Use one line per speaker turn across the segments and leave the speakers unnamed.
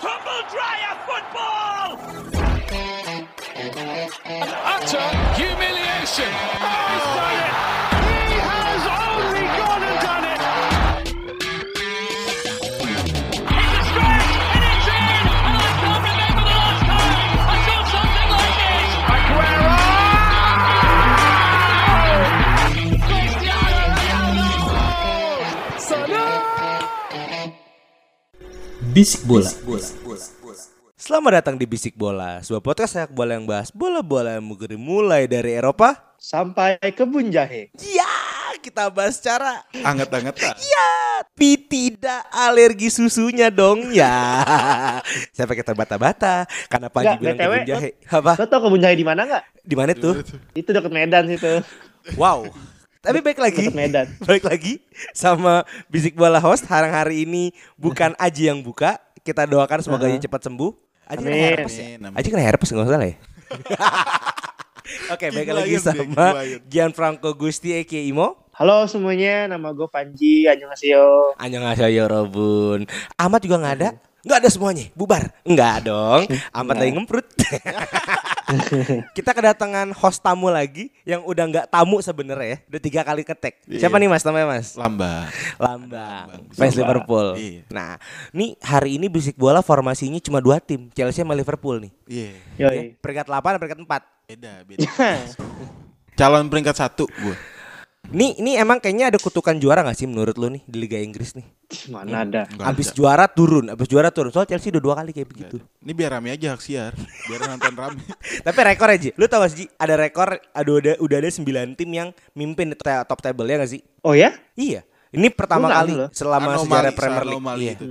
Andrea football!
Utter humiliation.
He has only gone and done it.
It's a stretch and it's in! And I can't remember the last time I saw something like this! Aguero! Cristiano Ronaldo!
Bisik bola.
Selamat datang di Bisik Bola, sebuah podcast sepak bola yang bahas bola-bola yang mungkin mulai dari Eropa.
sampai kebun jahe.
Ya, kita bahas cara
Anget-anget.
ya, tapi tidak alergi susunya dong ya. Saya pakai terbata-bata karena Panji
Nggak,
bilang
BTW,
kebun jahe. Apa?
Lo tau kebun jahe di mana nggak?
Di mana tuh?
Itu deket Medan situ.
Wow. Tapi baik lagi.
Deket Medan.
Balik lagi sama Bisik Bola host Harang hari ini bukan Aji yang buka. Kita doakan semoga Aji cepat sembuh. Aji kena
Amin.
herpes ya?
Amin, amin.
Aji kena herpes nggak salah ya? Oke, baik
Giglayan
lagi
dia,
sama
giglayan.
Gianfranco Gusti Eki Imo.
Halo semuanya, nama gue Panji, Annyeonghaseyo.
Annyeonghaseyo ya Robun. Ahmad juga nggak ada? Nggak ada semuanya, bubar. Nggak dong, Ahmad lagi ngemprut. Kita kedatangan host tamu lagi yang udah nggak tamu sebenarnya ya. Udah tiga kali ketek.
Iya.
Siapa nih mas namanya mas?
Lamba.
Lambang, fans Liverpool.
Iya.
Nah, nih hari ini bisik bola formasinya cuma dua tim, Chelsea sama Liverpool nih.
Iya.
Yoi.
Ya, peringkat 8 peringkat 4.
Beda, beda.
Iya.
Calon peringkat satu gue.
Nih, ini emang kayaknya ada kutukan juara gak sih menurut lu nih di Liga Inggris nih?
Mana ada?
Nggak
Habis
ada.
juara turun, habis juara turun. Soal Chelsea udah dua kali kayak begitu.
Ini biar rame aja hak siar. Biar nonton rame.
Tapi rekor aja. Lu tau gak sih Ji? ada rekor ada udah, udah ada 9 tim yang mimpin di ta- top table ya gak sih?
Oh ya?
Iya. Ini pertama
Lu nggak
kali
tahu loh.
selama
Anomali, gitu.
sejarah Premier League.
seanomali
Iya.
itu.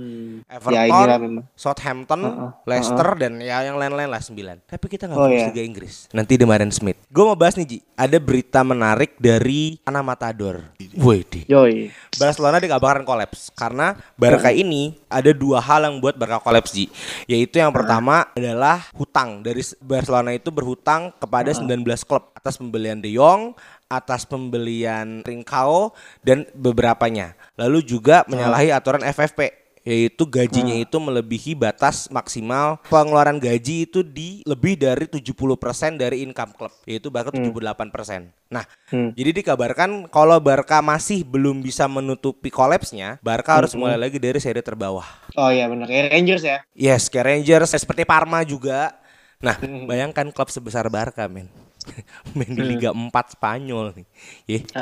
Everton,
Ya, inilah memang.
Southampton,
Heeh,
Leicester dan ya yang lain-lain lah 9. Tapi kita nggak
Oh,
fokus
iya.
Liga Inggris. Nanti Demarin Smith. Gue mau bahas nih Ji, ada berita menarik dari Ana Matador. Woi di.
Yoi.
Barcelona dikabarkan kolaps karena Barca
Iya.
ini ada dua hal yang buat Barca kolaps Ji. Yaitu yang pertama adalah hutang dari s- Barcelona itu berhutang kepada 19 klub atas pembelian De Jong, atas pembelian Trincao dan beberapanya. Lalu juga menyalahi aturan FFP yaitu gajinya itu melebihi batas maksimal pengeluaran gaji itu di lebih dari 70% dari income klub yaitu Barca 78%. Nah, jadi dikabarkan kalau Barca masih belum bisa menutupi kolapsnya, Barca harus mulai lagi dari seri terbawah.
Oh ya benar kayak Rangers ya.
Yes, kayak Rangers eh, seperti Parma juga. Nah, bayangkan klub sebesar Barca, men. main di Liga 4 Spanyol nih. Ye.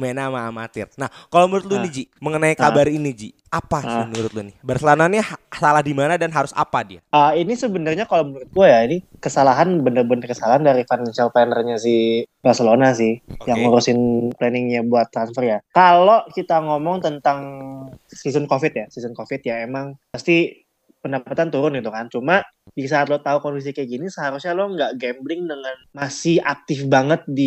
main sama amatir. Nah, kalau menurut lu nih Ji, mengenai kabar ini Ji, apa sih menurut lu nih? Barcelona nih ha- salah di mana dan harus apa dia?
Ah, ini sebenarnya kalau menurut gue ya ini kesalahan bener-bener kesalahan dari financial planner-nya si Barcelona sih yang ngurusin planningnya buat transfer ya. Kalau kita ngomong tentang season covid ya, season covid ya emang pasti pendapatan turun itu kan. Cuma di saat lo tahu kondisi kayak gini seharusnya lo nggak gambling dengan masih aktif banget di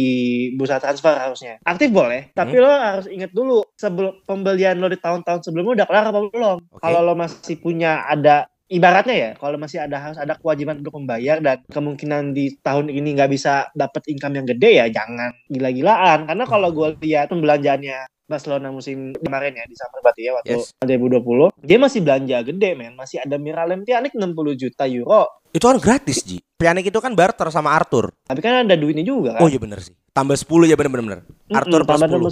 bursa transfer harusnya. Aktif boleh, tapi lo harus inget dulu sebelum pembelian lo di tahun-tahun sebelumnya udah kelar apa belum.
Oke.
Kalau lo masih punya ada ibaratnya ya kalau masih ada harus ada kewajiban untuk membayar dan kemungkinan di tahun ini nggak bisa dapat income yang gede ya jangan gila-gilaan karena kalau gue lihat pembelanjaannya Barcelona musim kemarin ya di summer berarti ya waktu
Yes.
2020 dia masih belanja gede men masih ada Miralem Pjanic 60 juta euro
Itu kan gratis Ji. Pianik itu kan barter sama Arthur.
tapi kan ada duitnya juga kan
Oh iya bener sih. Tambah 10 ya bener bener.
Mm-mm,
Arthur plus
tambah nomor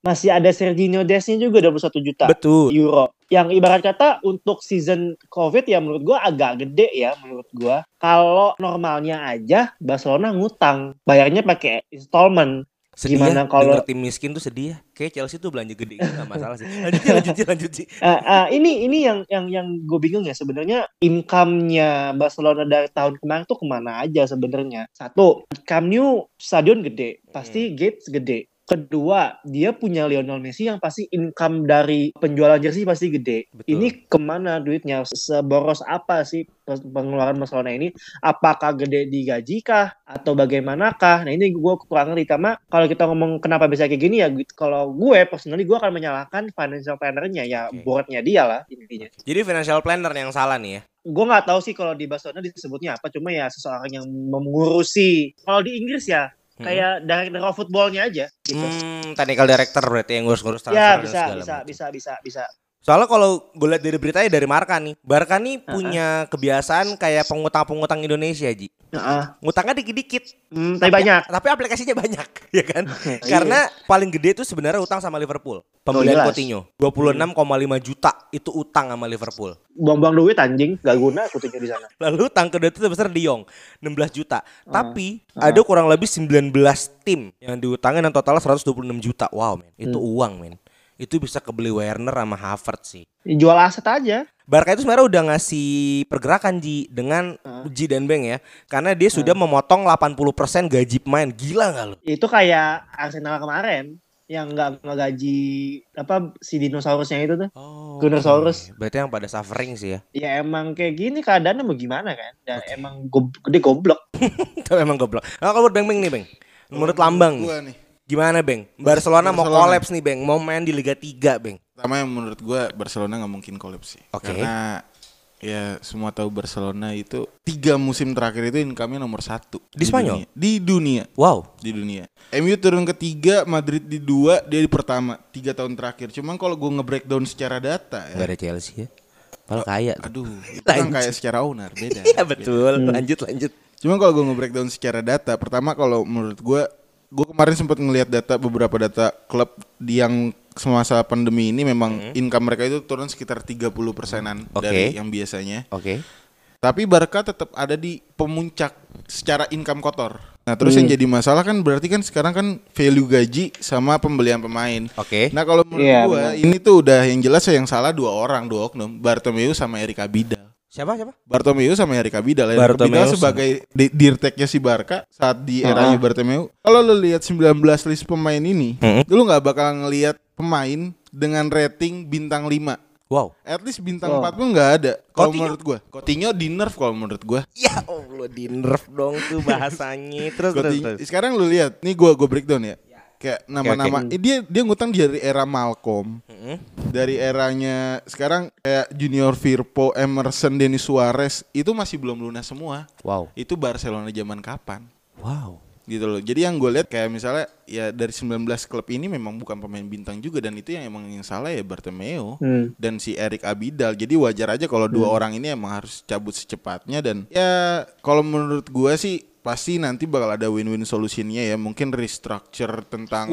10.
10 masih ada Serginho Desnya juga 21 juta
Betul.
euro. Yang ibarat kata untuk season COVID ya menurut gua agak gede ya menurut gua. Kalau normalnya aja Barcelona ngutang, bayarnya pakai installment.
Sedih
Gimana
Gimana
kalau-
kalau tim miskin tuh sedih ya. Kayak Chelsea tuh belanja gede gitu gak masalah sih. Lanjut Ji, lanjut Ji, lanjut Ji.
Eh, eh, ini ini yang yang yang gue bingung ya sebenarnya income-nya Barcelona dari tahun kemarin tuh kemana aja sebenarnya? Satu, Camp Nou stadion gede, pasti gates gede. Kedua, dia punya Lionel Messi yang pasti income dari penjualan jersey pasti gede.
Betul.
Ini kemana duitnya? Seboros apa sih pengeluaran Barcelona ini? apakah gede di gaji kah atau bagaimanakah nah ini gue kurang ngerti Karena kalau kita ngomong kenapa bisa kayak gini ya gu- kalau gue personally gue akan menyalahkan financial planner-nya ya
Oke.
boardnya dia lah intinya
Jadi financial planner yang salah nih ya.
gue nggak tahu sih kalau di Barcelona disebutnya apa cuma ya seseorang yang mengurusi kalau di Inggris ya
Hmm.
kayak director of footballnya aja gitu
Hmm, technical director berarti yang ngurus-ngurus transfer dan
ya bisa
segala
bisa
macam.
bisa bisa bisa
Soalnya kalau gue lihat dari beritanya dari Marka nih, Barca nih punya kebiasaan kayak pengutang-pengutang Indonesia, Ji.
Heeh.
Ngutangnya dikit-dikit.
Hmm, tapi banyak. Iya.
Tapi aplikasinya banyak, ya kan? Karena paling gede itu sebenarnya utang sama Liverpool. Pembelian
Oh, jelas.
Coutinho 26,5 juta itu utang sama Liverpool.
Buang-buang duit anjing, gak guna kutunya di sana.
Lalu utang kedua itu terbesar di Yong 16 juta. Tapi ada kurang lebih 19 tim yang diutangin dan totalnya 126 juta. Wow, men. Itu
Hmm.
uang, men. Itu bisa kebeli Werner sama Havertz sih.
Jual aset aja.
Barca itu sebenarnya udah ngasih pergerakan Ji dengan Ji dan Beng ya. Karena dia sudah memotong 80% gaji pemain. Gila nggak lo?
Itu kayak Arsenal kemarin yang nggak ngegaji apa si dinosaurusnya itu tuh.
Oh. Oke,
Gunosaurus.
Iya, Berarti yang pada suffering sih ya.
Ya emang kayak gini keadaannya mau gimana kan? Dan emang gob- dia goblok.
Itu memang goblok. Nah, kalau menurut Beng Beng nih, Beng. Menurut Lambang.
Gua nih.
Gimana, Beng? Barcelona, mau
Barcelona.
kolaps nih, Beng. Mau main di Liga 3, Beng.
Pertama yang menurut gue Barcelona nggak mungkin kolaps sih.
Oke.
Karena ya semua tahu Barcelona itu tiga musim terakhir itu income-nya nomor satu
Di Spanyol?
dunia. Di dunia.
Wow.
di dunia. MU turun ketiga, Madrid di dua, dia di pertama tiga tahun terakhir. Cuman kalau gue nge-breakdown secara data
Gak
ya,
ada Chelsea ya. Padahal kaya. tuh.
aduh, itu kan
Lanjut.
kayak secara owner beda.
Iya
Beda.
betul. Lanjut lanjut.
Cuman kalau gue nge-breakdown secara data, pertama kalau menurut gue, gue kemarin sempat ngelihat data beberapa data klub di yang semasa pandemi ini memang income mereka itu turun sekitar 30 persenan
Hmm. Oke.
dari yang biasanya.
Oke.
Tapi Barca tetap ada di pemuncak secara income kotor. Nah, terus
Hmm.
yang jadi masalah kan berarti kan sekarang kan value gaji sama pembelian pemain.
Oke.
Nah, kalau menurut
Iya,
gua ini tuh udah yang jelas yang salah dua orang, dua oknum, Bartomeu sama Erik Abidal.
Siapa siapa?
Bartomeu sama Erik Abidal. Erik
Bartomeu
Abidal
sama-
sebagai di- dirteknya si Barca saat di eranya Bartomeu. Kalau lu lihat 19 list pemain ini, lu nggak bakal ngelihat pemain dengan rating bintang 5.
Wow.
At least bintang 4 pun nggak ada. Kalau
Coutinho?
menurut gua, Oh. Coutinho di nerf kalau menurut gua.
Ya Allah di nerf dong tuh bahasanya. Terus terus
Coutinho-
terus.
Sekarang lu lihat, nih gua gua breakdown ya. Kayak nama-nama eh, dia dia ngutang dari era Malcolm. Dari eranya sekarang kayak Junior Firpo, Emerson, Denis Suarez itu masih belum lunas semua.
Wow.
Itu Barcelona zaman kapan?
Wow.
gitu loh. Jadi yang gue lihat kayak misalnya ya dari 19 klub ini memang bukan pemain bintang juga dan itu yang emang yang salah ya Bartomeu
Hmm.
dan si Erik Abidal. Jadi wajar aja kalau dua orang ini emang harus cabut secepatnya dan ya kalau menurut gue sih pasti nanti bakal ada win-win solusinya ya. Mungkin restructure tentang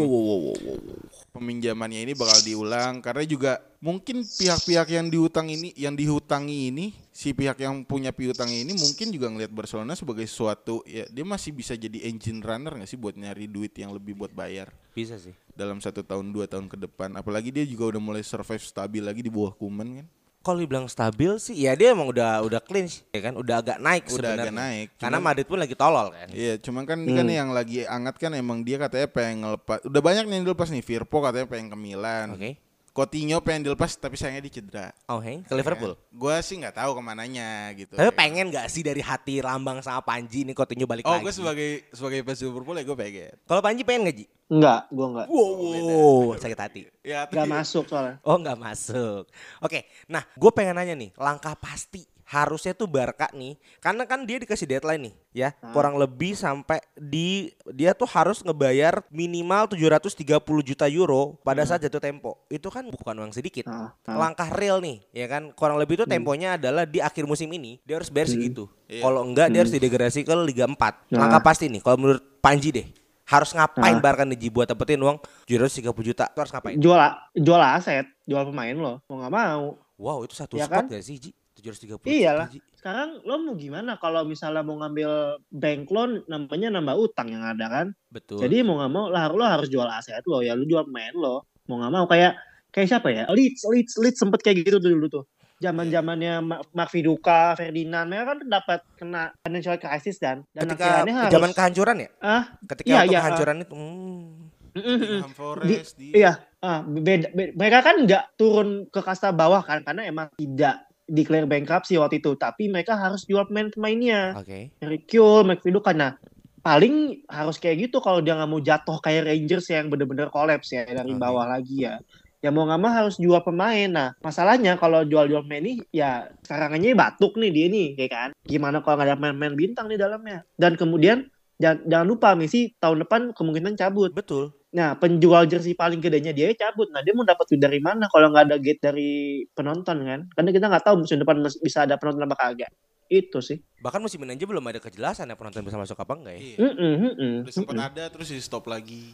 peminjamannya ini bakal diulang karena juga mungkin pihak-pihak yang diutang ini yang dihutangi ini si pihak yang punya piutang ini mungkin juga ngelihat Barcelona sebagai suatu ya dia masih bisa jadi engine runner nggak sih buat nyari duit yang lebih buat bayar
Bisa sih.
dalam satu tahun dua tahun ke depan apalagi dia juga udah mulai survive stabil lagi di bawah Kuman kan
Kalau dibilang stabil sih, ya dia emang udah udah clean sih, ya kan? Udah agak naik
Udah
sebenarnya.
agak naik,
Karena
cuman-
Madrid pun lagi tolol kan.
Iya, cuman kan ini kan
Hmm.
yang lagi angat kan emang dia katanya pengen ngelepas. Udah banyak nih yang dilepas nih. Firpo katanya pengen ke Milan.
Oke.
Coutinho pengen dilepas tapi sayangnya dia cedera.
Oh, hey,
Iya,
ke Liverpool.
Gue sih nggak tahu kemananya gitu.
Tapi pengen gak sih dari hati Lambang sama Panji ini Coutinho balik
Oh,
lagi?
gue sebagai sebagai fans Liverpool ya gue pengen.
Kalau Panji pengen gak Ji?
Enggak, gua enggak.
Wow, wow, sakit hati.
Ya, tapi
Enggak masuk soalnya.
Oh nggak masuk. Oke, nah gue pengen nanya nih, langkah pasti harusnya tuh Barca nih, karena kan dia dikasih deadline nih, ya kurang lebih sampai di dia tuh harus ngebayar minimal 730 juta euro pada saat jatuh tempo. Itu kan bukan uang sedikit.
Ah, ah.
Langkah real nih, ya kan kurang lebih itu temponya adalah di akhir musim ini dia harus bayar segitu. Kalau enggak dia harus didegradasi ke Liga 4.
Nah.
Langkah pasti nih, kalau menurut Panji deh harus ngapain
Nah.
Barca nih Ji, buat dapetin uang 730 juta? Itu harus ngapain?
Jual jual aset, jual pemain lo. Mau nggak mau.
Wow, itu satu
Iya
spot
kan?
gak sih, Ji? 730
Iyalah.
juta, Ji.
Sekarang lo mau gimana kalau misalnya mau ngambil bank loan namanya nambah utang yang ada kan?
Betul.
Jadi mau nggak mau lah lo harus jual aset lo ya, lo jual pemain lo. Mau nggak mau kayak kayak siapa ya? Leeds, Leeds, Leeds sempet kayak gitu dulu tuh. Zaman
Iya.
zamannya Mark Viduka, Ferdinand, mereka kan dapat kena financial crisis dan dan
ketika
akhirnya harus
zaman kehancuran ya?
ah
Ketika
Iya,
waktu
iya,
kehancuran itu. hmm.
mm, mm, mm.
Nottingham Forest di,
Iya, ah, beda, be- mereka kan nggak turun ke kasta bawah kan karena emang tidak declare bankruptcy waktu itu, tapi mereka harus jual pemain-pemainnya.
Oke.
Harry Kewell, McVido karena paling harus kayak gitu kalau dia nggak mau jatuh kayak Rangers yang bener-bener kolaps ya dari
Oke.
bawah lagi ya. Ya mau nggak mau harus jual pemain. Nah masalahnya kalau jual-jual pemain ini ya serangannya batuk nih dia nih, ya kan? Gimana kalau nggak ada pemain-pemain bintang di dalamnya? Dan kemudian jangan, jangan lupa Messi tahun depan kemungkinan cabut.
Betul.
Nah, penjual jersey paling gedenya dia ya cabut. Nah, dia mau dapat duit dari mana kalau nggak ada gate dari penonton kan? Karena kita nggak tahu musim depan mas- bisa ada penonton apa kagak. Itu sih.
Bahkan musim ini aja belum ada kejelasan ya penonton bisa masuk apa enggak ya. Nah,
Iya.
Mm-mm, mm-mm,
Udah sempat
mm-mm.
ada terus di stop lagi.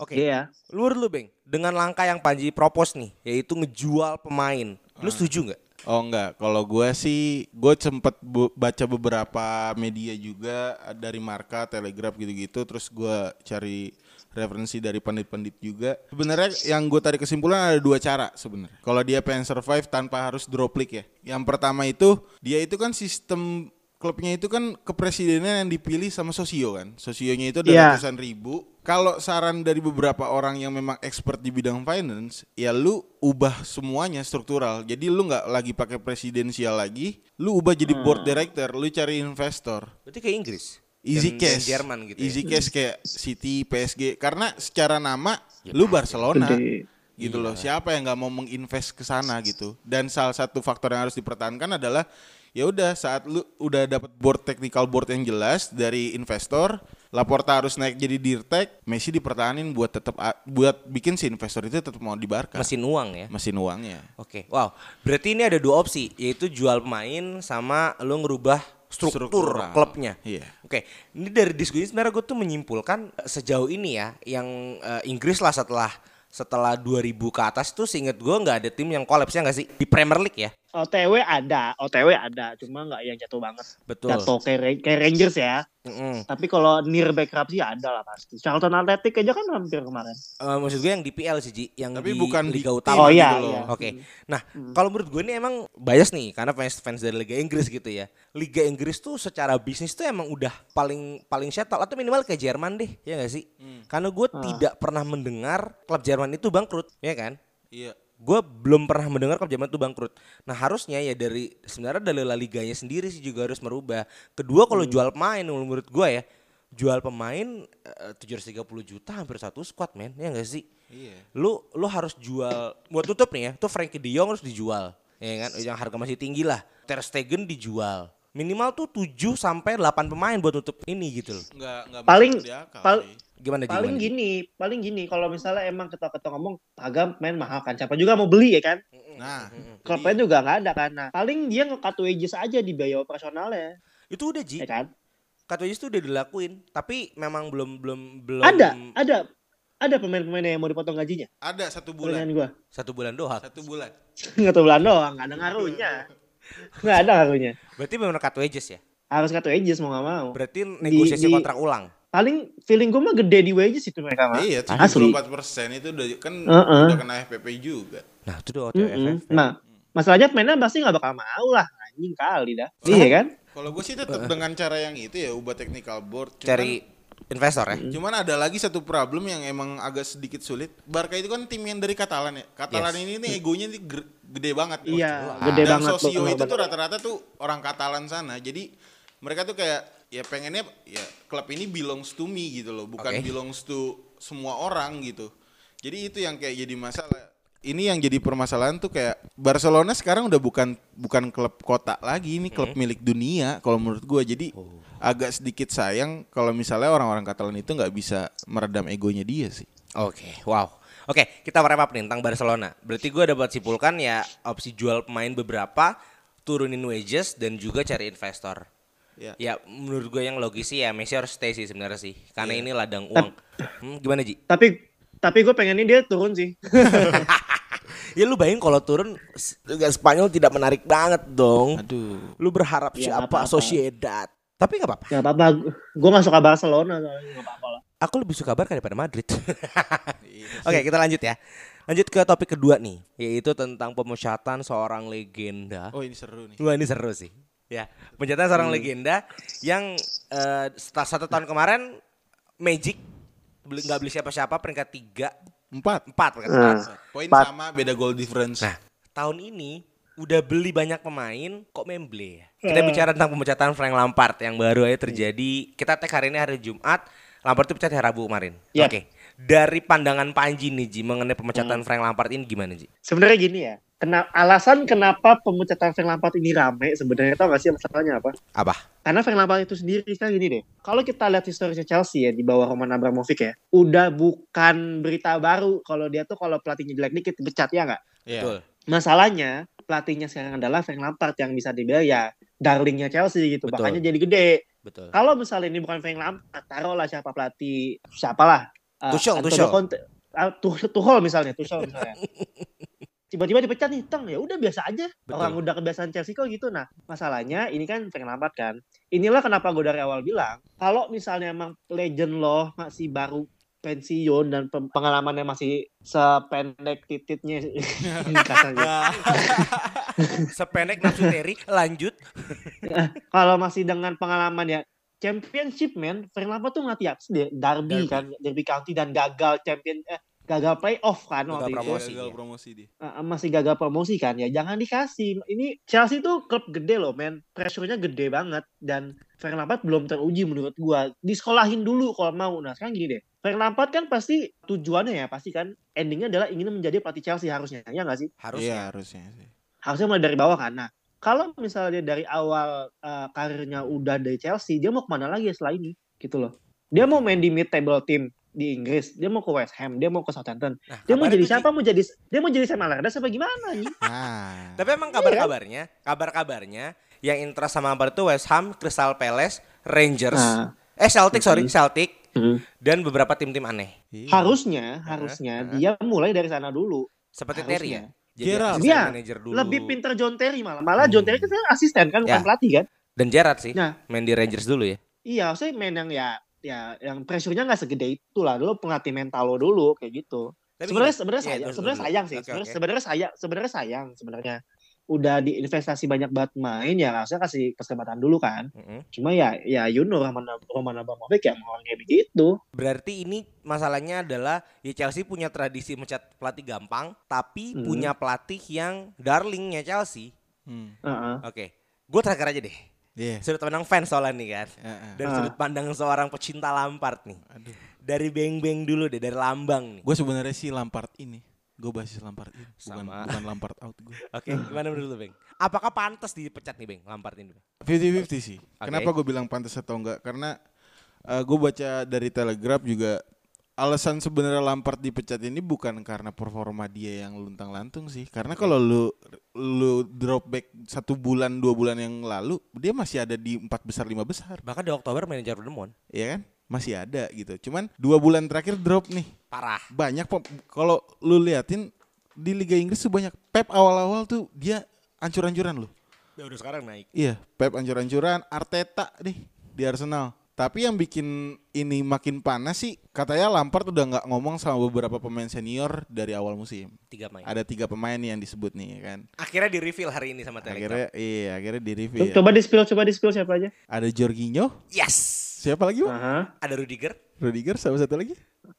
Oke,
Iya.
lu dulu Beng, dengan langkah yang Panji propose nih, yaitu ngejual pemain. Lu setuju nggak?
Oh enggak, kalau gue sih gue sempet bu- baca beberapa media juga eh, dari Marka, Telegraph gitu-gitu. Terus gue cari referensi dari pandit-pandit juga. Sebenarnya yang gue tarik kesimpulan ada dua cara sebenarnya. Kalau dia pengen survive tanpa harus drop league ya. Yang pertama itu dia itu kan sistem klubnya itu kan kepresidenan yang dipilih sama sosio kan. Sosionya itu ada
Iya.
ratusan ribu. Kalau saran dari beberapa orang yang memang expert di bidang finance, ya lu ubah semuanya struktural. Jadi lu nggak lagi pakai presidensial lagi, lu ubah jadi board director, lu cari investor.
Berarti kayak Inggris.
Easy
dan- dan
case.
Jerman gitu ya.
Easy case kayak City, PSG. Karena secara nama
Ya,
lu Barcelona
Gede.
gitu loh.
Iya.
Siapa yang nggak mau menginvest ke sana gitu. Dan salah satu faktor yang harus dipertahankan adalah ya udah saat lu udah dapat board technical board yang jelas dari investor, Laporta harus naik jadi dirtek, Messi dipertahanin buat tetap a- buat bikin si investor itu tetap mau di Barca.
Mesin uang ya.
Mesin uangnya.
Oke, wow. Berarti ini ada dua opsi, yaitu jual pemain sama lu ngerubah struktur
Struktural.
klubnya.
Iya.
Oke, ini dari diskusi sebenarnya gue tuh menyimpulkan eh, sejauh ini ya, yang eh, Inggris lah setelah setelah 2000 ke atas tuh seinget gue nggak ada tim yang kolapsnya nggak sih di Premier League ya?
OTW ada, OTW ada, cuma nggak yang jatuh banget.
Betul.
Jatuh kayak, Ra- kayak Rangers ya.
Mm-mm.
Tapi kalau near backup sih ada lah pasti. Charlton Athletic aja kan hampir kemarin.
Eh, maksud gue yang di PL sih, Ji, yang
Tapi
di
bukan di
Liga
tim
Utama.
Oh, iya,
gitu loh.
iya.
Oke. Nah, kalau menurut gue ini emang bias nih karena fans fans dari Liga Inggris gitu ya. Liga Inggris tuh secara bisnis tuh emang udah paling paling shuttle atau minimal ke Jerman deh, ya gak sih?
Hmm.
Karena gue tidak pernah mendengar klub Jerman itu bangkrut, ya kan?
Iya.
Gue belum pernah mendengar klub Jerman itu bangkrut. Nah, harusnya ya dari sebenarnya dari La Liganya sendiri sih juga harus merubah. Kedua
Hmm.
kalau jual pemain menurut gue ya, jual pemain eh, 730 juta hampir satu squad men, ya gak sih?
Iya.
lu lu harus jual buat tutup nih ya tuh Frankie De Jong harus dijual ya kan yang harga masih tinggi lah Ter Stegen dijual minimal tuh 7 sampai 8 pemain buat tutup ini gitu loh
Nggak nggak masuk
Paling
di akal
pal-
sih.
gimana Ji,
paling
gimana, Ji?
gini, paling gini kalau misalnya emang ketua-ketua ngomong agak main mahal kan siapa juga mau beli ya kan?
Iya.
Nah,
Klubnya juga nggak ada kan. Nah, paling dia nge-cut wages aja di biaya operasionalnya,
itu udah Ji
ya kan?
Katanya itu udah dilakuin tapi memang belum belum belum
Ada, ada ada pemain-pemain yang mau dipotong gajinya.
ada satu bulan.
Pertanyaan gua.
satu bulan doang
Satu bulan.
Enggak bulan doang, nggak ada ngaruhnya. Nggak ada ngaruhnya.
berarti memang cut wages ya
Harus cut wages mau nggak mau.
berarti negosiasi
di-
kontrak ulang
Paling feeling gue mah gede di wages itu mereka mah.
Iya,
Asli.
74 persen itu udah kan
Heeh.
udah kena FPP juga.
nah itu udah
Mm-mm. Nah, masalahnya pemainnya pasti nggak bakal mau lah. Anjing kali dah. Iya kan?
Kalau gue sih tetap dengan cara yang itu ya ubah technical board. Cuman,
cari investor ya
cuman ada lagi satu problem yang emang agak sedikit sulit. Barca itu kan tim yang dari Katalan ya. Katalan
Yes.
ini nih egonya nih ger- gede banget.
Iya,
Wah,
gede
Dan
banget,
sosio
bener-bener.
itu tuh rata-rata tuh orang Katalan sana. Jadi mereka tuh kayak ya pengennya ya klub ini belongs to me gitu loh, bukan
Oke.
belongs to semua orang gitu. Jadi itu yang kayak jadi masalah. Ini yang jadi permasalahan tuh kayak Barcelona sekarang udah bukan bukan klub kota lagi, ini
Mm-hmm.
klub milik dunia kalau menurut gua. Jadi
Oh.
agak sedikit sayang kalau misalnya orang-orang Katalan itu nggak bisa meredam egonya dia sih.
Oke, wow. Oke, kita wrap up nih tentang Barcelona. Berarti gue dapat simpulkan ya opsi jual pemain beberapa, turunin wages dan juga cari investor.
Ya.
Ya, menurut gue yang logis sih ya Messi harus stay sih sebenarnya sih, karena ini ladang uang. Hmm, gimana Ji?
Tapi tapi gue pengennya dia turun sih.
Ya lu bayangin kalau turun s- Liga Spanyol tidak menarik banget dong.
Aduh.
Lu berharap
Ya,
siapa
nggak apa-apa.
Sociedad? Tapi nggak apa-apa.
Gak apa-apa, gue gak suka Barcelona soalnya gak apa-apa lah.
Aku lebih suka Barca daripada Madrid. Oke, kita lanjut ya. Lanjut ke topik kedua nih, yaitu tentang pemesyatan seorang legenda.
Oh, ini seru nih.
Wah ini seru sih. Ya, pencetak seorang legenda yang eh, setelah satu tahun kemarin Magic beli nggak beli siapa-siapa peringkat tiga
Empat.
empat kan? peringkat
Hmm.
empat.
Poin sama beda goal difference.
Nah tahun ini udah beli banyak pemain kok memble ya. Kita
Hmm.
bicara tentang pemecatan Frank Lampard yang baru aja terjadi. Kita tag hari ini hari Jumat. Lampard itu pecat hari Rabu kemarin.
Iya. Hmm.
Oke. Dari pandangan Panji nih Ji mengenai pemecatan Frank Lampard ini gimana Ji?
Sebenarnya gini ya, kena alasan kenapa pemecatan Frank Lampard ini rame sebenarnya tau gak sih masalahnya apa?
Apa?
Karena Frank Lampard itu sendiri kan gini deh. Kalau kita lihat historisnya Chelsea ya di bawah Roman Abramovich ya, udah bukan berita baru kalau dia tuh kalau pelatihnya jelek dikit dipecat ya nggak?
Iya.
Betul.
Masalahnya pelatihnya sekarang adalah Frank Lampard yang bisa dibilang ya darlingnya Chelsea gitu,
Betul.
makanya jadi gede.
Betul.
Kalau misalnya ini bukan Frank Lampard, taruhlah siapa pelatih siapalah. Eh,
Tuchel,
Antonio
Tuchel.
Conte, Ah, Tuh- Tuchel misalnya, Tuchel misalnya. Tiba-tiba dipecat nih, teng ya udah biasa aja.
Betul.
Orang udah kebiasaan Chelsea kok gitu. Nah, masalahnya ini kan Frank Lampard kan. Inilah kenapa gue dari awal bilang, kalau misalnya emang legend lo masih baru pensiun dan pem- pengalamannya masih sependek tititnya kasarnya.
Sependek nafsu Terry, lanjut.
kalau masih dengan pengalaman ya championship man Frank Lampard tuh ngelatih apa sih? Dia- derby,
Derby.
kan derby county dan gagal champion eh, gagal playoff kan
Gagal
waktu itu
promosi.
Gagal
ya.
Iya, promosi dia.
Eh, masih gagal promosi kan ya jangan dikasih ini Chelsea tuh klub gede loh men pressure-nya gede banget dan Frank Lampard belum teruji menurut gua disekolahin dulu kalau mau nah sekarang gini deh Frank Lampard kan pasti tujuannya ya pasti kan endingnya adalah ingin menjadi pelatih Chelsea harusnya ya nggak sih
Iya,
Harusnya.
harusnya sih.
harusnya mulai dari bawah kan. Nah, kalau misalnya dia dari awal eh, karirnya udah dari Chelsea, dia mau kemana lagi setelah ini? Gitu loh. Dia mau main di mid table team di Inggris, dia mau ke West Ham, dia mau ke Southampton,
Nah,
dia mau
kabarnya
jadi
tuh, Ji,
siapa? Mau jadi dia mau jadi Sam Allardyce apa gimana nih?
Nah.
Tapi
Iya
emang
kan?
kabar-kabarnya, kabar-kabarnya yang interest sama Lampard itu West Ham, Crystal Palace, Rangers,
Ah.
eh Celtic sorry, Celtic
Mhm.
dan beberapa tim-tim aneh.
Iya.
Harusnya,
iya.
harusnya dia mulai dari sana dulu.
Seperti
Nah, Harusnya.
Terry ya.
Gerrard.
asisten
Iya,
manager dulu.
Lebih pinter John Terry malah. Malah John Terry kan sekarang asisten kan, bukan
Ya.
pelatih kan?
dan Gerrard sih.
Nah.
Main di Rangers dulu ya.
Iya, saya main yang ya ya yang pressure-nya nggak segede itu lah. Lo pengerti mental lo dulu kayak gitu.
Tapi
sebenarnya
gini,
sebenarnya
iya,
sayang,
terus
sebenarnya
dulu.
sayang sih.
Oke,
Sebenarnya
oke.
sebenarnya sayang, sebenarnya sayang sebenarnya. Udah diinvestasi banyak banget main ya harusnya kasih kesempatan dulu kan.
Mhm.
Cuma ya ya you know Roman Roman Abramovich ya mau orang kayak begitu.
Berarti ini masalahnya adalah ya Chelsea punya tradisi mencat pelatih gampang, tapi
Hmm.
punya pelatih yang darlingnya Chelsea.
Hmm.
Heeh.
Oke, gue terakhir aja deh.
Iya.
Sudut pandang fans soalnya nih kan,
Heeh.
dari
Ah.
sudut pandang seorang pecinta Lampard nih.
Aduh.
Dari beng-beng dulu deh, dari lambang nih.
Gue sebenarnya sih Lampard ini. Gue basis Lampard ini. Bukan,
Sama.
bukan Lampard out gue.
Oke,
Ah.
gimana menurut lu, Beng? Apakah pantas dipecat nih, Beng, Lampard ini?
50-50 sih.
Oke.
Kenapa gue bilang pantas atau enggak? Karena gue baca dari Telegraph juga alasan sebenarnya Lampard dipecat ini bukan karena performa dia yang luntang lantung sih. Karena kalau lu lu drop back satu bulan dua bulan yang lalu dia masih ada di empat besar lima besar,
Bahkan di Oktober manajer Demon.
ya kan? Masih ada gitu. Cuman dua bulan terakhir drop nih.
Parah.
banyak pem- kalau lu liatin di Liga Inggris tuh banyak Pep awal-awal tuh dia ancur-ancuran loh.
Ya udah sekarang naik.
Iya, Pep ancur-ancuran, Arteta deh di Arsenal. Tapi yang bikin ini makin panas sih katanya Lampard udah nggak ngomong sama beberapa pemain senior dari awal musim.
Tiga main.
Ada tiga pemain yang disebut nih ya kan.
Akhirnya di reveal hari ini sama Telegram.
Akhirnya iya akhirnya di
Coba-
reveal.
Coba di spill, coba di spill siapa aja?
Ada Jorginho,
Yes.
siapa lagi? Bang?
Heeh.
Ada Rudiger,
Rudiger sama satu lagi?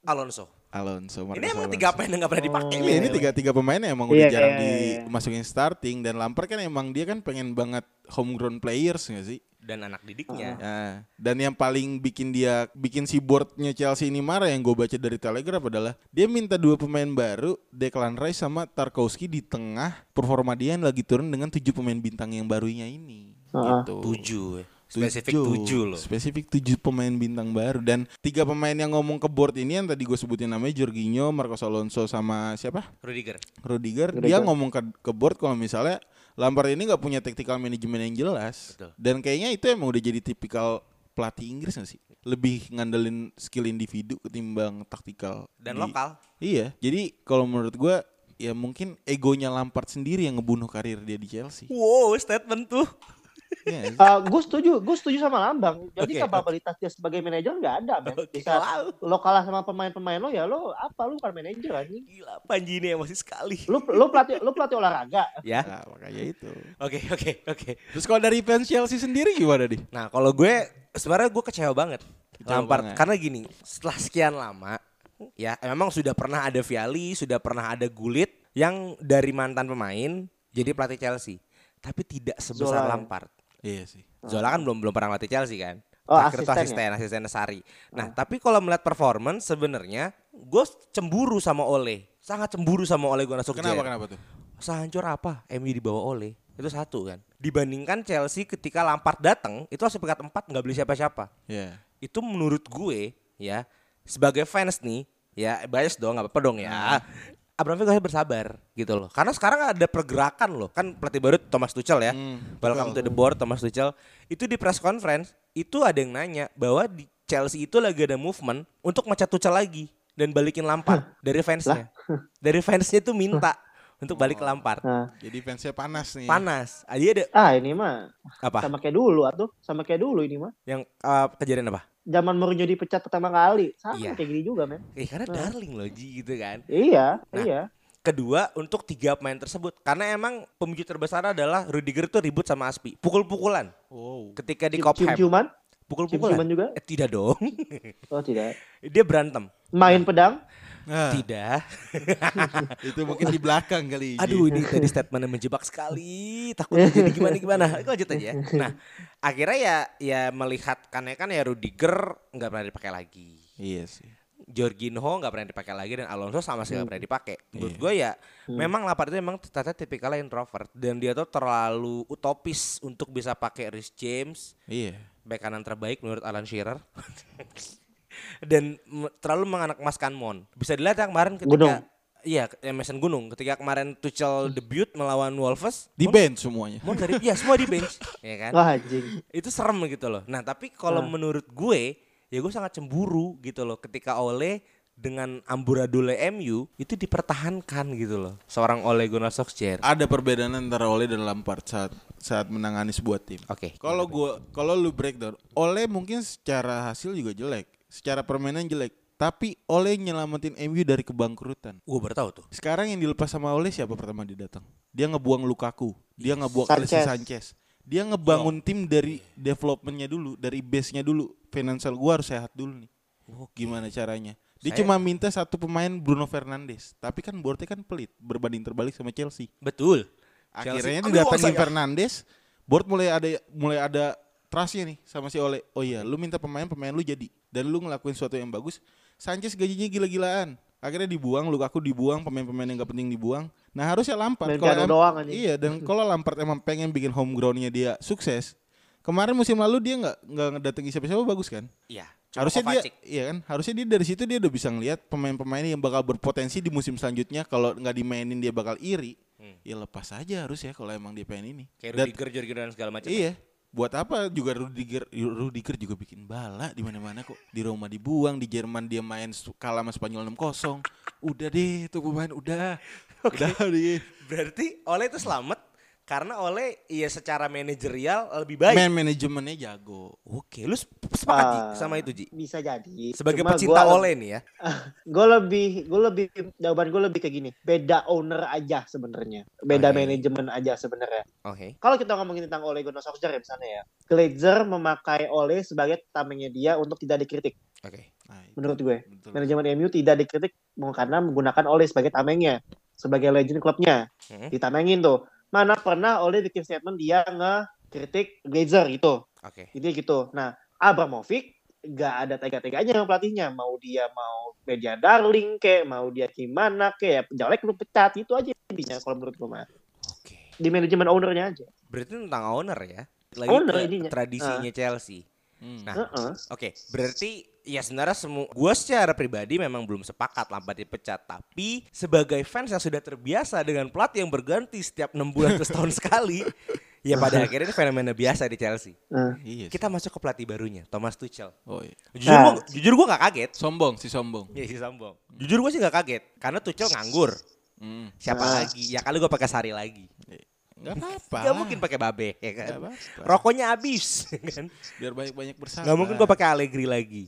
Alonso.
Alonso. Marcos
Ini emang
Alonso.
tiga pemain yang gak pernah dipakai.
Iya, ini tiga tiga pemain yang emang
Iya,
udah jarang
iya, iya, iya.
dimasukin starting dan Lampard kan emang dia kan pengen banget homegrown players nggak sih?
Dan anak didiknya.
Nah, dan yang paling bikin dia bikin si boardnya Chelsea ini marah yang gue baca dari Telegraph adalah dia minta dua pemain baru Declan Rice sama Tarkowski di tengah performa dia yang lagi turun dengan tujuh pemain bintang yang barunya ini.
Ah,
Gitu.
Tujuh. eh. Spesifik tujuh loh.
Spesifik tujuh pemain bintang baru dan tiga pemain yang ngomong ke board ini yang tadi gue sebutin namanya Jorginho, Marcos Alonso sama siapa?
Rudiger.
Rudiger, dia ngomong ke, ke board kalau misalnya Lampard ini nggak punya tactical management yang jelas
Betul.
dan kayaknya itu emang udah jadi tipikal pelatih Inggris nggak sih lebih ngandelin skill individu ketimbang taktikal
Dan
Di-
lokal.
iya jadi kalau menurut gua ya mungkin egonya Lampard sendiri yang ngebunuh karir dia di Chelsea
Wow, statement tuh.
Iya nggak sih?
Eh, gue setuju, gue setuju sama Lambang.
Oke,
Jadi kapabilitas dia sebagai manajer nggak ada, men.
Oke,
Bisa
wow.
lo kalah sama pemain-pemain lo ya lo apa lo bukan manajer anjing.
Gila, Panji ini emosi sekali.
Lo lo pelatih lo pelatih olahraga.
Ya.
Nah, makanya itu
Oke, oke, oke.
terus kalau dari fans Chelsea sendiri gimana nih
Nah, kalau gue sebenarnya gue kecewa banget
Kecewa
Lampard
banget.
karena gini, setelah sekian lama ya memang sudah pernah ada Viali, sudah pernah ada Gulit yang dari mantan pemain jadi pelatih Chelsea. Tapi tidak sebesar
Zola.
Lampard.
iya sih
Zola kan belum belum pernah melatih Chelsea kan.
Oh,
Terakhir tuh asisten,
asisten
asisten Sari. Nah, tapi kalau melihat performance sebenarnya gue cemburu sama Ole. Sangat cemburu sama Ole Gunnar Solskjaer.
kenapa kenapa tuh
sehancur apa MU dibawa oleh itu satu kan dibandingkan Chelsea ketika Lampard datang itu langsung peringkat empat nggak beli siapa-siapa
Ya.
itu menurut gue ya sebagai fans nih ya bias dong nggak apa-apa dong ya Abramovich harus bersabar gitu loh karena sekarang ada pergerakan loh kan pelatih baru Thomas Tuchel
Hmm.
ya welcome to the board Thomas Tuchel itu di press conference itu ada yang nanya bahwa di Chelsea itu lagi ada movement untuk mecat Tuchel lagi dan balikin Lampard dari fansnya dari fansnya itu minta untuk balik ke Lampard
Nah,
Jadi fansnya panas nih.
panas aja ada
ah ini mah
apa
sama kayak dulu atuh, sama kayak dulu ini mah.
yang eh, kejadian apa
Zaman Mourinho dipecat pertama kali, sama
Iya.
kayak gini juga, men.
eh karena darling loh Ji gitu kan
Iya,
Nah.
iya.
kedua untuk tiga pemain tersebut karena emang pemicu terbesar adalah Rudiger tuh ribut sama Aspi pukul-pukulan
Wow.
ketika di Cobham
Cium-ciuman?
pukul-pukulan
cium-ciuman juga?
Eh, tidak dong
Oh, tidak.
dia berantem
Main pedang?
Ah.
Nah,
tidak
itu mungkin di belakang kali. Ji.
aduh ini tadi statementnya menjebak sekali takut jadi gimana gimana lanjut aja ya. nah akhirnya ya ya melihat karena kan ya Rudiger nggak pernah dipakai lagi
Iya sih.
Jorginho nggak pernah dipakai lagi dan Alonso sama sekali nggak pernah dipakai. Menurut gue ya, memang Lampard itu memang ternyata tipikal introvert dan dia tuh terlalu utopis untuk bisa pakai Rhys James
Iya.
bek kanan terbaik menurut Alan Shearer dan me- terlalu menganak-maskan Mon. Bisa dilihat yang kemarin ketika
Gunung.
Iya, ya Mason Gunung. Ketika kemarin Tuchel debut melawan Wolves,
Di
Mon-
band semuanya.
Mon dari ya semua di bench, ya kan?
Wah, anjing.
itu serem gitu loh. Nah tapi kalau menurut gue ya gue sangat cemburu gitu loh ketika Ole dengan amburadule MU itu dipertahankan gitu loh seorang Ole Gunnar Solskjaer.
Ada perbedaan antara Ole dan Lampard saat saat menangani sebuah tim.
Oke.
Kalau gua kalau lu breakdown, Ole mungkin secara hasil juga jelek, secara permainan jelek, tapi Ole nyelamatin MU dari kebangkrutan.
Gue baru tahu tuh.
Sekarang yang dilepas sama Ole siapa pertama dia datang? Dia ngebuang Lukaku, dia ngebuang
Sanchez.
Alexis Sanchez. Dia ngebangun tim dari developmentnya dulu, dari base-nya dulu. Financial gua harus sehat dulu nih. Gimana caranya? Dia
Saya-
cuma minta satu pemain Bruno Fernandes, tapi kan Borte kan pelit berbanding terbalik sama Chelsea.
Betul.
Akhirnya
Chelsea-
didatengin
Aduh, saya-
Fernandes, Board mulai ada mulai ada trustnya nih sama si Ole. Oh iya, lu minta pemain-pemain lu jadi dan lu ngelakuin sesuatu yang bagus. Sanchez gajinya gila-gilaan. Akhirnya dibuang, Lukaku dibuang, pemain-pemain yang gak penting dibuang. Nah harusnya Lampard
Main piano doang anjing.
iya dan kalau Lampard emang pengen bikin home groundnya dia sukses. Kemarin musim lalu dia nggak nggak ngedatengin siapa-siapa bagus kan?
Iya. cuma
harusnya dia
Kovacic.
iya kan harusnya dia dari situ dia udah bisa ngelihat pemain-pemain yang bakal berpotensi di musim selanjutnya kalau nggak dimainin dia bakal iri ya lepas aja harus ya kalau emang dia pengen ini
Hmm. kayak
Dan-
Rudiger, Jorginho dan segala macam.
iya buat apa juga Rudiger Rudiger juga bikin bala di mana-mana kok di Roma dibuang di Jerman dia main su- kalah sama Spanyol 6-0 udah deh tuh pemain udah udah deh
Berarti Ole itu selamat karena Ole ya secara manajerial lebih baik.
man manajemennya jago
Oke, lu sep- sepakat Ji,
Ah,
sama itu Ji.
Bisa
Iya,
jadi.
Sebagai
Cuma
pecinta
gua-
Ole nih ya.
gue lebih gue lebih jawaban gue lebih kayak gini beda owner aja sebenarnya beda
Oke.
manajemen aja sebenarnya
Oke.
kalau kita ngomongin tentang Ole Gunnar Solskjaer ya misalnya ya Glazer memakai Ole sebagai tamengnya dia untuk tidak dikritik
Oke.
Nah, itu
menurut gue
betul.
manajemen MU tidak dikritik karena menggunakan Ole sebagai tamengnya sebagai legend klubnya
Hmm.
ditamengin tuh mana pernah Ole bikin statement dia ngekritik Glazer gitu
Oke.
jadi gitu. Nah, Abramovich gak ada tega-teganya sama pelatihnya. Mau dia mau media darling kayak, mau dia gimana kayak, jelek lu pecat itu aja intinya kalau menurut gue mah.
Oke.
Di manajemen ownernya aja.
Berarti tentang owner ya. Lagi
Owner
ke
ininya.
tradisinya Chelsea.
Hmm.
Nah, oke.
Heeh.
Berarti ya sebenarnya semua gue secara pribadi memang belum sepakat Lampard dipecat. Tapi sebagai fans yang sudah terbiasa dengan pelatih yang berganti setiap enam bulan atau setahun sekali. Ya pada akhirnya ini fenomena biasa di Chelsea.
Nah,
iya sih.
Kita masuk ke pelatih barunya, Thomas Tuchel.
oh, iya.
Jujur
Nah.
gua jujur gue gak kaget.
sombong si sombong
Ya si Sambong. Jujur gue sih gak kaget. Karena Tuchel nganggur.
Hmm.
Siapa
Nah.
lagi? Ya kali gue pakai Sari lagi.
nggak apa-apa
Gak mungkin pakai Babe, ya
Nggak
kan?
apa-apa.
Rokoknya habis, ya kan?
biar banyak-banyak bersama
Gak mungkin gue pakai Allegri lagi.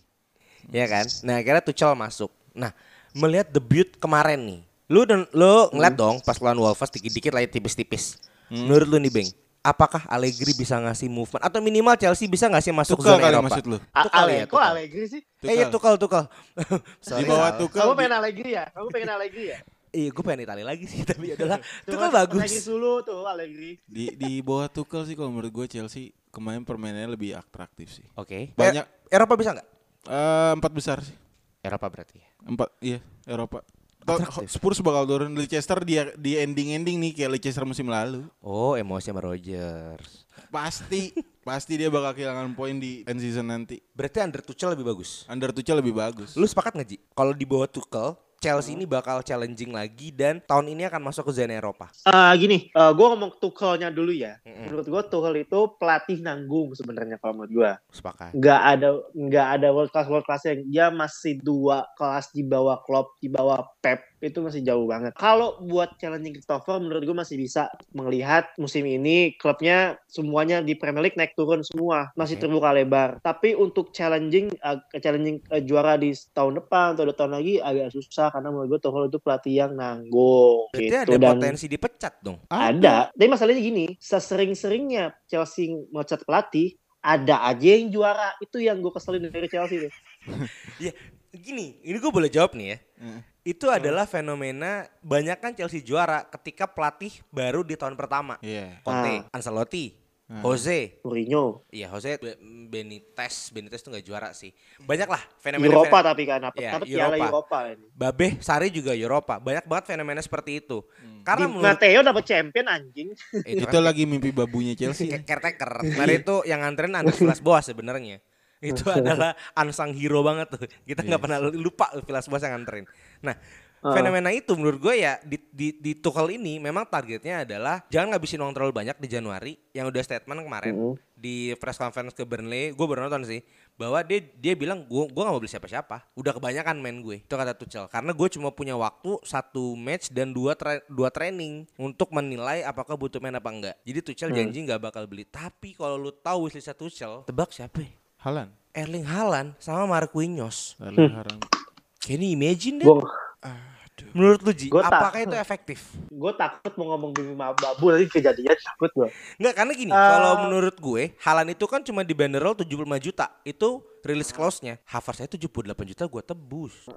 Ya kan? Nah, akhirnya Tuchel masuk. Nah, melihat debut kemarin nih. Lu dan lu ngeliat
Hmm.
dong pas lawan Wolves dikit-dikit lah ya, tipis-tipis. Menurut lu nih, Beng, apakah Allegri bisa ngasih movement atau minimal Chelsea bisa ngasih masuk
Tuchel
zona
kali
Eropa?
maksud lu?
Tuchel
Ale,
ya,
kok
Tuchel.
Allegri sih?
Eh, iya, Tuchel, Tuchel. Sorry,
di bawah
salah.
Tuchel
Kamu
di-
pengen Allegri ya? Kamu pengen Allegri ya?
Iya, gue pengen Italia lagi sih, tapi adalah Tuchel
Coba
bagus.
Allegri dulu tuh Allegri.
di di bawah Tuchel sih kalau menurut gue Chelsea kemarin permainannya lebih atraktif sih.
Oke.
Banyak-
Eh, Eropa bisa nggak?
Eh, empat besar sih.
Eropa berarti ya.
Empat iya Eropa. Atau
Atraktif.
Spurs bakal turun Leicester di di ending-ending nih kayak Leicester musim lalu.
Oh, emosi sama Rogers.
Pasti pasti dia bakal kehilangan poin di end season nanti.
Berarti under Tuchel lebih bagus.
Under Tuchel lebih bagus.
Lu sepakat nggak Ji? Kalau di bawah Tuchel, Chelsea ini bakal challenging lagi dan tahun ini akan masuk ke zona Eropa.
Eh, gini, eh, gua ngomong Tuchelnya dulu ya.
Hmm.
Menurut gua Tuchel itu pelatih nanggung sebenarnya kalau menurut gua.
Sepakat.
nggak ada nggak ada world class world class yang dia masih dua kelas di bawah Klopp di bawah Pep itu masih jauh banget kalau buat challenging Christopher menurut gue masih bisa melihat musim ini klubnya semuanya di Premier League naik turun semua masih
Hmm.
terbuka lebar tapi untuk challenging eh, challenging eh, juara di tahun depan atau dua tahun lagi agak susah karena menurut gue Tuchel itu pelatih yang nanggung
Berarti
gitu
ada
dan
potensi dipecat dong.
ada. Tapi masalahnya gini, sesering-seringnya Chelsea mecat pelatih, ada aja yang juara. Itu yang gue keselin dari Chelsea tuh.
Iya, Gini, ini gue boleh jawab nih ya.
Heeh.
Itu adalah fenomena banyak kan Chelsea juara ketika pelatih baru di tahun pertama.
Iya.
Conte,
Ah.
Ancelotti, Jose,
Mourinho.
Iya Jose Be- Benitez, Benitez tuh nggak juara sih. Banyak lah fenomena.
Eropa tapi kan apa?
Iya,
Tapi piala
Europa.
Eropa ini.
Babeh, Sari juga Eropa. Banyak banget fenomena seperti itu. Karena
Di-
menurut Eh,
Mateo dapat champion anjing.
itu
Itu lagi mimpi babunya Chelsea.
kan caretaker. Kemarin itu yang nganterin anak Vilas Boas sebenarnya. Itu adalah ansang hero banget tuh. Kita nggak pernah lupa Vilas Boas yang nganterin. Nah, fenomena itu menurut gue ya di, di, di Tuchel ini memang targetnya adalah jangan ngabisin uang terlalu banyak di Januari yang udah statement kemarin di press conference ke Burnley gue baru nonton sih bahwa dia dia bilang gue gue gak mau beli siapa-siapa udah kebanyakan main gue itu kata Tuchel karena gue cuma punya waktu satu match dan dua tra- dua training untuk menilai apakah butuh main apa enggak jadi
Hmm.
Tuchel janji nggak bakal beli tapi kalau lu tahu wishlist Tuchel tebak siapa ya?
Halan.
Erling Haaland sama Marquinhos
Erling Haaland.
can you imagine deh
Gue
menurut lu Ji
Gua tak-
apakah itu efektif
gue takut mau ngomong Bimi Mababu nanti kejadian takut gue.
Enggak karena gini,
Eh.
kalau menurut gue Halan itu kan cuma dibanderol 75 juta. Itu rilis close-nya. Havertz saya 78 juta gue tebus.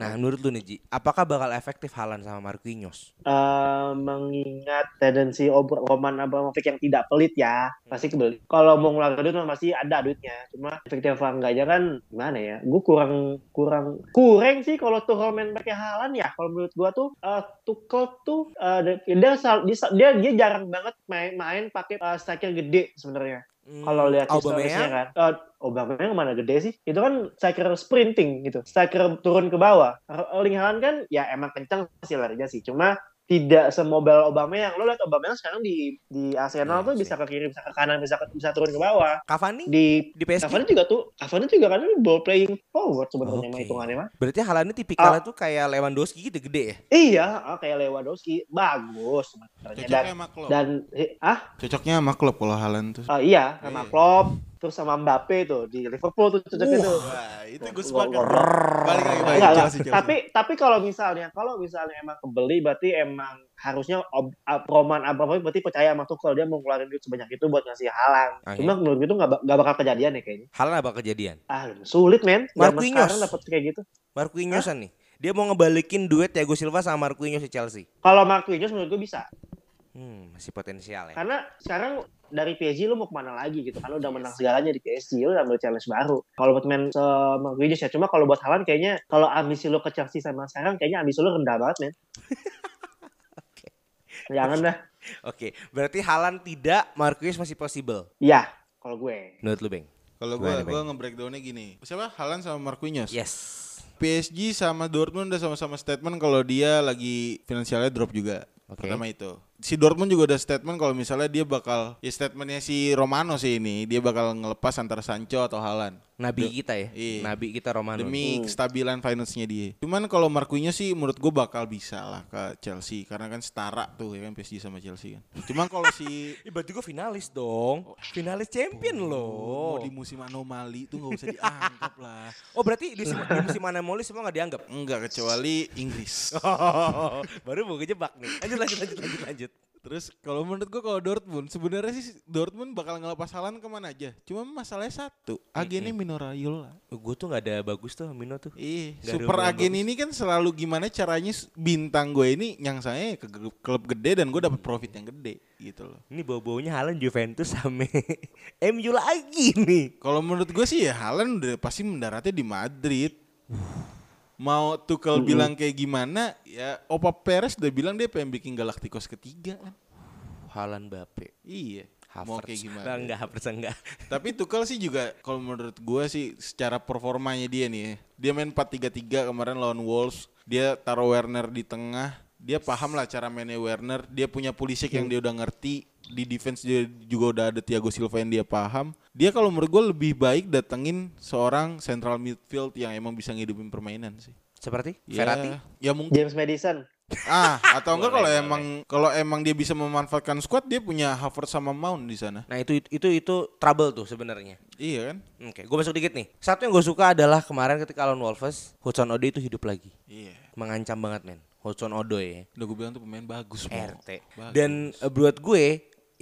Nah, menurut lu nih Ji, apakah bakal efektif Halan sama Marquinhos?
Eh, mengingat tendensi obr- Roman Abramovich yang tidak pelit ya pasti kebeli kalau mau ngeluarin duit mah pasti ada duitnya cuma efektif apa enggaknya kan gimana ya gue kurang kurang kurang sih kalau Tuchel main pakai halan ya kalau menurut gue tuh eh, Tuchel tuh eh, dia- dia, sal- dia dia dia jarang banget main main pakai eh, striker gede sebenarnya
Hmm,
kalau lihat historisnya
Aubameyang,
kan eh, Aubameyang mana gede sih itu kan striker sprinting gitu striker turun ke bawah Erling Haaland kan ya emang kencang sih larinya sih cuma tidak semobile Aubameyang lo lihat Aubameyang sekarang di di Arsenal
Iya
tuh
sih.
bisa ke kiri bisa ke kanan bisa ke- bisa turun ke bawah
Cavani
ya. di
di PSG.
Cavani juga tuh Cavani juga kan ball playing forward sebenarnya
Oke.
mah hitungannya mah
Berarti Halan ini
Ah.
tipikalnya tuh kayak Lewandowski gitu gede ya?
iya ah, kayak Lewandowski bagus sebenarnya dan
Cocoknya sama Klopp.
dan eh, ah
Cocoknya sama Klopp kalau Haaland tuh.
ah, iya sama Klopp terus sama Mbappe tuh di Liverpool tuh cocoknya tuh
Wah, itu gue
Wah,
sepakat.
wah,
Balik lagi balik
Enggak, enggak.
Chelsea, Chelsea.
Tapi tapi kalau misalnya kalau misalnya emang kebeli berarti emang harusnya ob, ab- Roman Abramovich berarti percaya sama Tuchel dia mau ngeluarin duit sebanyak itu buat ngasih halang.
Ah,
Cuma menurut gue itu nggak ba- nggak bakal kejadian ya kayaknya.
Halan bakal kejadian.
Ah sulit men. Zaman
Marquinhos.
sekarang dapat kayak gitu.
Marquinhosan nih. Dia mau ngebalikin duet Thiago Silva sama Marquinhos di Chelsea.
Kalau Marquinhos menurut gue bisa.
Hmm, masih potensial ya.
Karena sekarang dari PSG lu mau kemana lagi gitu kan lu udah menang segalanya di PSG lu udah ambil challenge baru kalau buat main se Marquinhos ya cuma kalau buat Haaland kayaknya kalau ambisi lu ke Chelsea sama sekarang kayaknya ambisi lu rendah banget men jangan dah
Oke, berarti Halan tidak, Marquinhos masih possible.
Iya, kalau gue.
Menurut lu, Beng?
Kalau gue
Gimana, Bang? Iya.
gue nge-breakdownnya gini. Siapa? Haaland sama Marquinhos.
Yes.
PSG sama Dortmund udah sama-sama statement kalau dia lagi finansialnya drop juga.
Oke.
Pertama itu. Si Dortmund juga udah statement kalau misalnya dia bakal ya statementnya si Romano sih ini, dia bakal ngelepas antara Sancho atau Haaland.
Nabi kita ya.
Iya.
Nabi kita Romano.
Demi kestabilan finance-nya dia. Cuman kalau Marquinhos sih menurut gue bakal bisa lah ke Chelsea karena kan setara tuh ya kan PSG sama Chelsea kan. Cuman kalau si
Ih, berarti gue finalis dong. Finalis champion
mau
loh.
di musim anomali tuh nggak usah dianggap lah.
Oh, berarti di, sema- di musim anomali semua gak dianggap.
Enggak kecuali Inggris.
Oh, baru mau kejebak nih. Lanjut, lanjut, lanjut, lanjut, lanjut.
Terus kalau menurut gua kalau Dortmund sebenarnya sih Dortmund bakal ngelepas Haaland kemana aja. Cuma masalahnya satu, agennya Mino Raiola.
Gue Oh, tuh gak ada bagus tuh Mino tuh.
Ih,
Nggak ada
super
hubungan
agen
bagus.
ini kan selalu gimana caranya s- bintang gue ini yang saya ke ge- klub gede dan gue dapat profit yang gede gitu loh.
Ini bau-baunya Haaland Juventus sama MU lagi nih.
Kalau menurut gue sih ya Haaland udah pasti mendaratnya di Madrid. mau Tuchel bilang kayak gimana, ya Opa Perez udah bilang dia pengen bikin Galacticos ketiga kan.
Halan Bape.
Iya. Mau
Havertz.
kayak gimana?
Nah, enggak Havertz enggak.
Tapi Tuchel sih juga kalau menurut gua sih secara performanya dia nih. ya. Dia main 4-3-3 kemarin lawan Wolves. Dia taruh Werner di tengah. Dia paham lah cara mainnya Werner. Dia punya Pulisic yang dia udah ngerti. Di defense dia juga udah ada Thiago Silva yang dia paham. Dia kalau menurut gua lebih baik datengin seorang central midfield yang emang bisa ngidupin permainan sih.
Seperti
Ya,
Verratti.
Ya mungkin
James Madison.
ah atau enggak kalau emang kalau emang dia bisa memanfaatkan squad dia punya Havertz sama Mount di sana.
Nah itu itu itu, itu trouble tuh sebenarnya.
Iya kan?
Oke, gue masuk dikit nih. Satu yang gue suka adalah kemarin ketika lawan Wolves, Hudson Odoi itu hidup lagi.
Iya.
Mengancam banget men. Hudson Odoi ya.
Udah gue bilang tuh pemain bagus Mo.
RT.
Iya. Bagus.
Dan eh, buat gue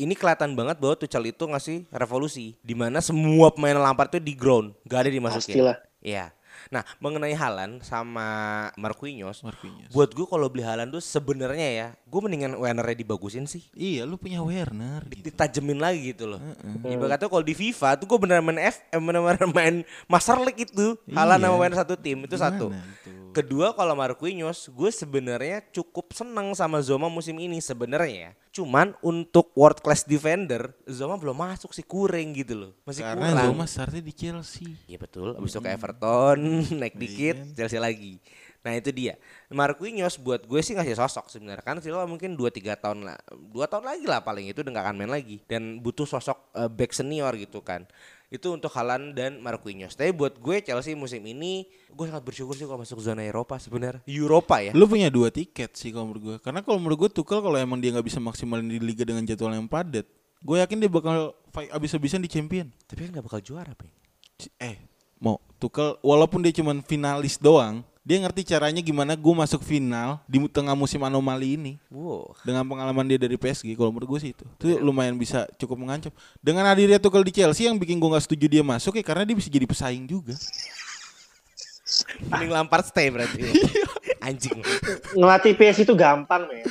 ini kelihatan banget bahwa Tuchel itu ngasih revolusi di mana semua pemain Lampard itu di ground, gak ada dimasukin.
Pastilah.
Iya. Nah, mengenai Halan sama Marquinhos,
Marquinhos.
buat gue kalau beli Halan tuh sebenarnya ya, gue mendingan Werner dibagusin sih.
Iya lu punya Werner gitu.
ditajemin lagi gitu loh. Ibaratnya kalau di FIFA tuh gue beneran main F, eh, beneran main Master League itu, halan sama main satu tim itu
Iya. Gimana gitu?
satu.
itu?
Kedua kalau Marquinhos, gue sebenarnya cukup seneng sama Zoma musim ini sebenarnya. Cuman untuk world class defender, Zoma belum masuk sih kuring gitu loh, masih
Karena
kurang.
Zuma startnya di Chelsea.
Iya betul, abis itu ke Everton, naik dikit, Chelsea lagi. Nah itu dia. Marquinhos buat gue sih ngasih sosok sebenarnya. Kan Silva mungkin 2-3 tahun lah, 2 tahun lagi lah paling itu udah gak akan main lagi. Dan butuh sosok eh, back senior gitu kan. Itu untuk Halan dan Marquinhos. Tapi buat gue Chelsea musim ini, gue sangat bersyukur sih kalau masuk zona Eropa sebenarnya. Eropa ya.
Lu punya dua tiket sih kalau menurut gue. Karena kalau menurut gue Tuchel kalau emang dia nggak bisa maksimalin di liga dengan jadwal yang padat, gue yakin dia bakal fight abis-abisan di champion.
Tapi kan gak bakal juara, Peng.
C- Eh, mau Tuchel walaupun dia cuman finalis doang, dia ngerti caranya gimana gue masuk final di mu- tengah musim anomali ini.
Wow.
Dengan pengalaman dia dari PSG kalau menurut gue sih itu. Itu lumayan bisa cukup mengancam. Dengan hadirnya Tuchel di Chelsea yang bikin gue nggak setuju dia masuk ya karena dia bisa jadi pesaing juga.
Mending Lampard stay berarti. Anjing.
Ngelatih PS itu gampang, men.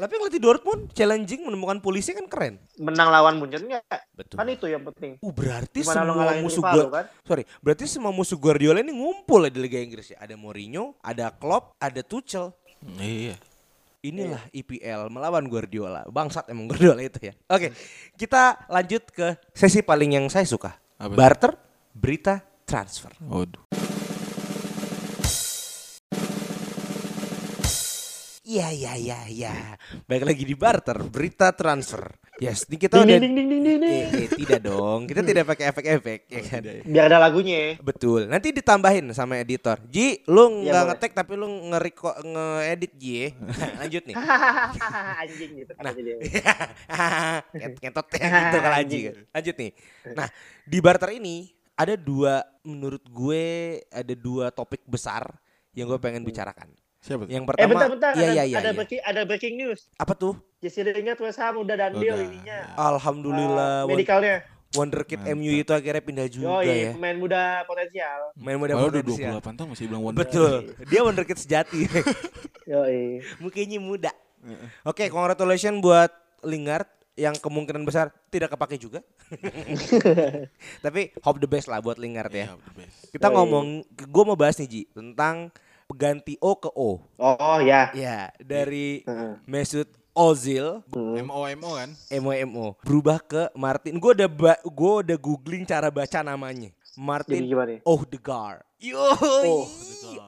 Tapi ngelatih Dortmund, challenging, menemukan polisi kan keren.
Menang lawan Munchen enggak?
Betul.
Kan itu yang penting.
Uh, berarti
Gimana
semua
lo ngalahin
musuh
rival
gua,
lo, kan?
sorry, berarti semua musuh Guardiola ini ngumpul ya di Liga Inggris ya. Ada Mourinho, ada Klopp, ada Tuchel.
Iya.
Inilah
Iya.
IPL melawan Guardiola. Bangsat emang Guardiola itu ya. Oke, kita lanjut ke sesi paling yang saya suka.
Apa?
Barter, berita, transfer.
Waduh.
Iya, iya, iya, iya. Baik lagi di barter, berita transfer. Yes, ini kita
Ding
udah
ding ding ding ding ding. ding.
Eh, eh, tidak dong. Kita tidak pakai efek-efek ya kan.
Biar ada lagunya.
Betul. Nanti ditambahin sama editor. Ji, lu
Iya,
nggak
boleh.
ngetek tapi lu ngeriko ngedit Ji. ya. Lanjut nih.
Anjing gitu
Nah,
kan jadi.
eh, Nget- Ngetot ya gitu kalau Ji. kan. Lanjut nih. Nah, di barter ini ada dua menurut gue ada dua topik besar yang gue pengen bicarakan.
Siapa tuh?
Yang
Eh
pertama,
bentar-bentar
iya,
ada,
iya, iya,
ada,
iya.
breaking, ada breaking news.
apa tuh?
Jesse Lingard West Ham udah dan deal
Udah.
ininya.
Alhamdulillah,
Eh,
won-
medikalnya.
wonderkid MU itu akhirnya pindah juga
Yo,
ya.
pemain muda potensial.
Main muda
Padahal udah ya.
potensial.
28 tahun masih bilang wonder.
Betul. Dia wonderkid sejati.
Yo,
mukanya muda. Oke, congratulations buat Lingard yang kemungkinan besar tidak kepake juga. Tapi hope the best lah buat Lingard
Ya,
ya.
Iya,
the best.
Kita
Yoi.
ngomong, gue mau bahas nih Ji tentang ganti O ke O.
Oh, oh ya.
Ya dari
Heeh.
Mesut Ozil
MO MO kan?
MOMO berubah ke Martin. Gue udah ba- gua udah googling cara baca namanya.
Jadi
Martin
gimana?
Odegaard. Yo,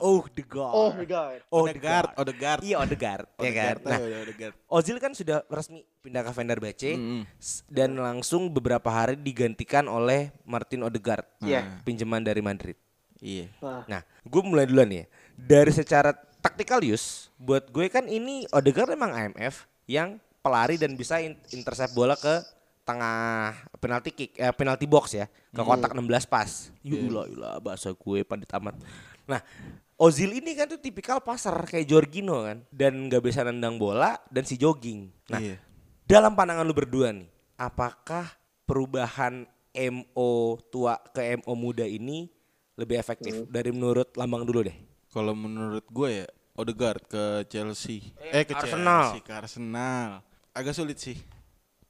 Odegaard.
Oh my god.
Odegaard, Odegaard.
Iya Odegaard, ya kan.
Odegaard,
Nah,
ayo, Odegaard.
Ozil kan sudah resmi pindah ke Fenerbahce
Mm-mm.
s- dan langsung beberapa hari digantikan oleh Martin Odegaard,
Iya.
pinjaman dari Madrid.
Iya.
Wah.
Nah, gue mulai duluan ya. Dari secara tactical use, buat gue kan ini Odegaard memang IMF yang pelari dan bisa in- intercept bola ke tengah penalti kick, eh, penalti box ya, ke kotak 16 pas. Yulah, yulah, bahasa gue pandit amat. Nah, Ozil ini kan tuh tipikal pasar kayak Jorginho kan dan nggak bisa nendang bola dan si jogging. Nah,
Iya.
dalam pandangan lu berdua nih, apakah perubahan MO tua ke MO muda ini lebih efektif dari menurut Lambang dulu deh?
Kalau menurut gue ya Odegaard ke Chelsea. Eh, ke
Arsenal.
Chelsea, ke Arsenal. Agak sulit sih.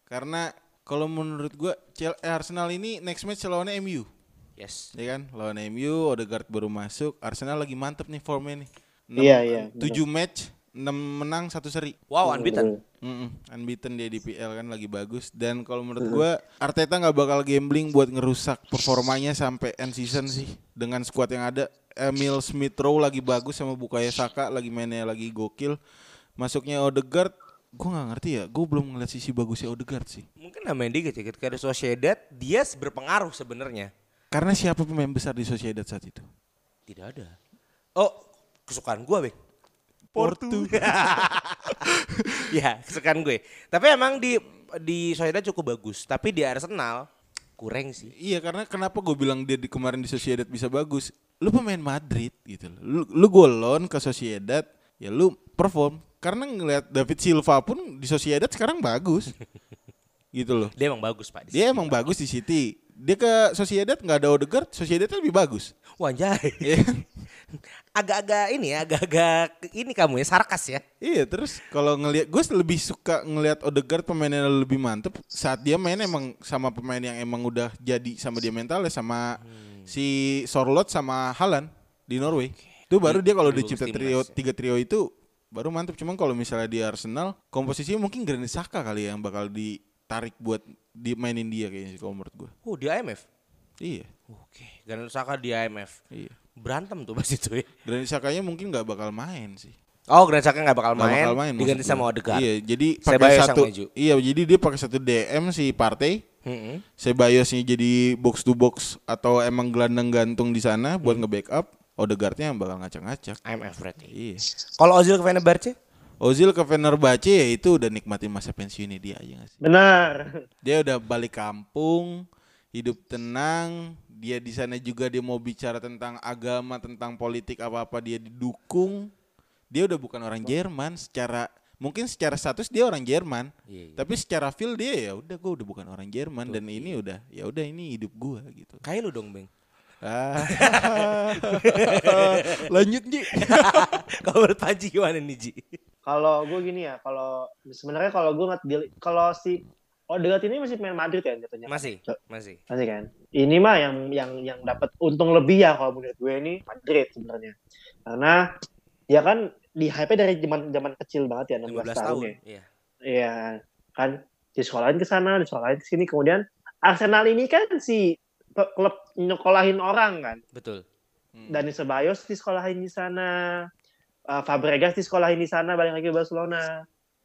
Karena kalau menurut gue Chel- eh, Arsenal ini next match lawannya MU.
Yes.
ya kan lawan MU Odegaard baru masuk Arsenal lagi mantep nih formnya nih Enam-
Iya, iya,
tujuh match 6 menang satu seri
Wow, unbeaten.
Hmm. Mm-mm, unbeaten dia di PL kan lagi bagus dan kalau menurut gua Arteta nggak bakal gambling buat ngerusak performanya sampai end season sih dengan skuad yang ada Emil Smith Rowe lagi bagus sama Bukayo Saka lagi mainnya lagi gokil masuknya Odegaard gua nggak ngerti ya gua belum ngeliat sisi bagusnya Odegaard sih
Mungkin namanya dikit ya ketika ada Sociedad, dia berpengaruh sebenarnya.
karena siapa pemain besar di Sociedad saat itu
Tidak ada. Oh, kesukaan gua, Bek.
Portu.
ya, kesukaan gue. Tapi emang di di Sociedad cukup bagus, tapi di Arsenal kurang sih.
Iya karena kenapa gue bilang dia di, kemarin di Sociedad bisa bagus Lu pemain Madrid gitu loh. Lu, lu gue loan ke Sociedad Ya lu perform Karena ngelihat David Silva pun di Sociedad sekarang bagus Gitu loh
Dia emang bagus, Pak. di
Dia
situ.
emang bagus di City Dia ke Sociedad nggak ada Odegaard Sociedad lebih bagus
Wah, anjay.
Iya.
Agak-agak ini ya, agak-agak ini kamu ya sarkas ya.
Iya terus kalau ngelihat gue lebih suka ngelihat Odegaard pemainnya lebih mantep saat dia main emang sama pemain yang emang udah jadi sama dia mentalnya sama
Hmm.
si Sorlot sama Halan di Norway. Itu baru dia kalau
Lebih
udah
bagus
cipta trio
timnas ya.
tiga trio itu baru mantep cuman kalau misalnya di Arsenal komposisinya mungkin Granit Xhaka kali ya yang bakal ditarik buat dimainin dia kayaknya sih, kalau menurut gue.
Oh, di IMF.
Iya.
Oke, Granit Saka di IMF.
Iya.
Berantem tuh pas itu ya.
Granit Xhakanya mungkin nggak bakal main sih.
Oh, Granit Saka nggak bakal
Nggak
main.
bakal main
diganti
maksud
sama
gua.
Odegaard.
Iya, jadi pakai
Sebayos yang
satu
maju.
Iya, jadi dia pakai satu DM si Partey.
Mm-mm.
Sebayosnya jadi box to box atau emang gelandang gantung di sana buat
Hmm.
nge-backup Odegaardnya yang bakal ngacak-ngacak.
IMF berarti.
Iya.
Kalau Ozil ke Fenerbahce?
Ozil ke Fenerbahce ya itu udah nikmatin masa pensiunnya dia aja gak sih?
Benar.
Dia udah balik kampung, hidup tenang, dia di sana juga dia mau bicara tentang agama, tentang politik apa-apa dia didukung. Dia udah bukan orang Jerman secara mungkin secara status dia orang Jerman,
Iya, iya.
tapi secara feel dia ya udah gue udah bukan orang Jerman dan ini udah ya udah ini hidup gue gitu.
Kayak lu dong, Beng.
Ah. Lanjut Ji.
Kalau menurut Panji gimana nih, Ji?
Kalau gue gini ya, kalau sebenarnya kalau gue nggak deal- kalau si Odegaard ini masih main Madrid ya jatuhnya.
Masih, masih.
Masih kan. Ini mah yang yang yang dapat untung lebih ya kalau menurut gue ini Madrid sebenarnya. Karena ya kan di hype dari zaman zaman kecil banget ya 16
15
tahun,
tahun.
ya.
Iya.
Iya kan disekolahin ke sana, disekolahin ke sini kemudian Arsenal ini kan si pe- klub nyekolahin orang kan.
Betul.
Hmm.
Dani Ceballos disekolahin di sana. Uh, Fabregas disekolahin di sana balik lagi ke Barcelona.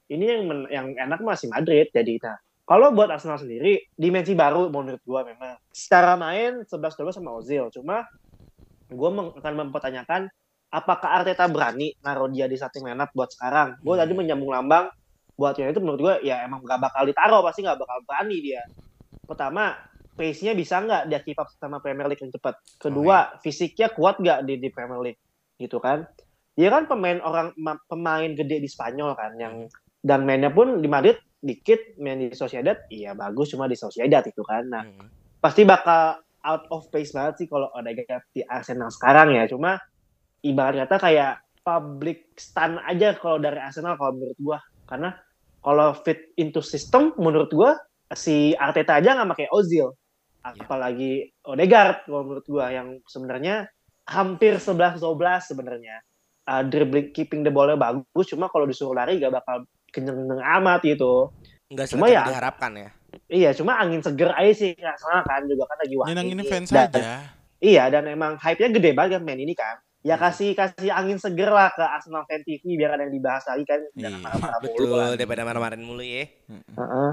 Ini yang men- yang enak masih Madrid jadi nah. Kalau buat Arsenal sendiri dimensi baru menurut gua memang. Secara main 11-12 sama Ozil cuma gua meng- akan mempertanyakan apakah Arteta berani naruh dia di starting lineup buat sekarang. Gua
Hmm.
tadi menyambung lambang buat yang itu menurut gua ya emang gak bakal ditaruh pasti gak bakal berani dia. Pertama, pace-nya bisa nggak dia keep up sama Premier League yang cepat? Kedua, fisiknya kuat nggak di, di Premier League? Gitu kan? Dia kan pemain orang ma- pemain gede di Spanyol kan yang dan mainnya pun di Madrid dikit, main di Sociedad iya bagus cuma di Sociedad itu kan. Nah,
Mm.
pasti bakal out of pace banget sih kalau Odegaard di Arsenal sekarang ya. Cuma ibarat kata kayak public stand aja kalau dari Arsenal kalau menurut gua karena kalau fit into system menurut gua si Arteta aja nggak pakai Ozil
Iya.
apalagi Odegaard kalau menurut gua yang sebenarnya hampir 11-12 sebenarnya Uh, dribbling keeping the ball-nya bagus cuma kalau disuruh lari gak bakal kenyang amat gitu
Enggak
Cuma
seperti
ya-
diharapkan ya.
iya cuma angin seger aja sih Arsenal kan juga kan lagi wangi
Nyenangin fans
Dan-
aja.
Iya, dan emang hype-nya gede banget main ini kan. Ya
Hmm.
kasih kasih angin seger lah ke Arsenal Fan TV biar ada yang dibahas lagi kan. Jangan
Iya,
marah-marah mulu kan.
Betul, daripada marah-marahin mulu ya.
Heeh.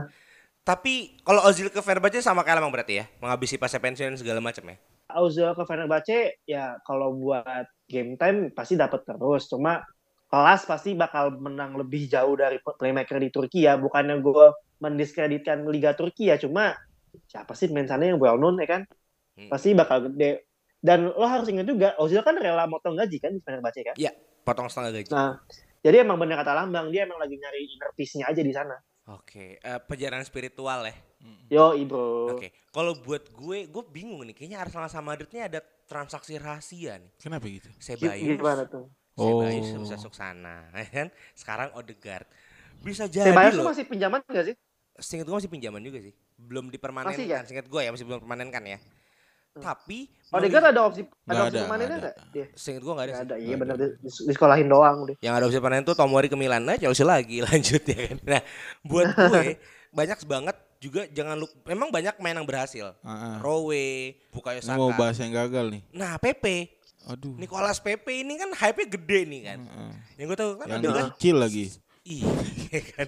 Tapi kalau Ozil ke Fenerbahce sama kayak emang berarti ya, menghabisi pasca pensiun dan segala macam ya.
Ozil ke Fenerbahce ya kalau buat game time pasti dapat terus. Cuma kelas pasti bakal menang lebih jauh dari playmaker di Turki ya. Bukannya gue mendiskreditkan Liga Turki ya, cuma siapa sih main sana yang well known ya kan?
Hmm.
Pasti bakal gede. Dan lo harus ingat juga, Ozil kan rela motong gaji kan di Fenerbahce kan?
Iya, potong setengah gaji.
Nah, jadi emang bener kata Lambang, dia emang lagi nyari inner peace-nya aja di sana.
Oke, eh, perjalanan spiritual ya.
Yo, bro.
Oke, kalau buat gue, gue bingung nih. Kayaknya Arsenal sama Madrid ini ada transaksi rahasia nih.
Kenapa gitu?
Sebayus,
Iya, Gimana tuh?
Sebayus
Oh.
bisa masuk sana, ya kan? Sekarang Odegaard bisa jadi
Sebayas tuh
loh.
masih pinjaman gak sih?
Seingat gue masih pinjaman juga sih. Belum dipermanenkan.
Masih ya?
Seingat gue ya masih belum permanen kan ya. tapi
Odegaard ada opsi ada
Nggak
opsi
ada,
permanen
nggak
enggak?
ada.
Dia
Seinget gue gak ada
nggak
sih.
ada. Iya benar di, di- sekolahin doang deh.
Yang ada opsi permanen tuh Tomori ke Milan. Nah Chelsea lagi lanjut ya kan. Nah buat gue banyak banget juga jangan lupa. Memang banyak main yang berhasil.
Ah, ah.
Rowe, Bukayo
Ini mau
Saka.
bahas yang gagal nih.
Nah Pepe.
Aduh. Ah,
Nicolas Pepe ini kan hype-nya gede nih kan. Yang gue tahu kan
yang
ada kan.
kecil lagi.
Iya kan.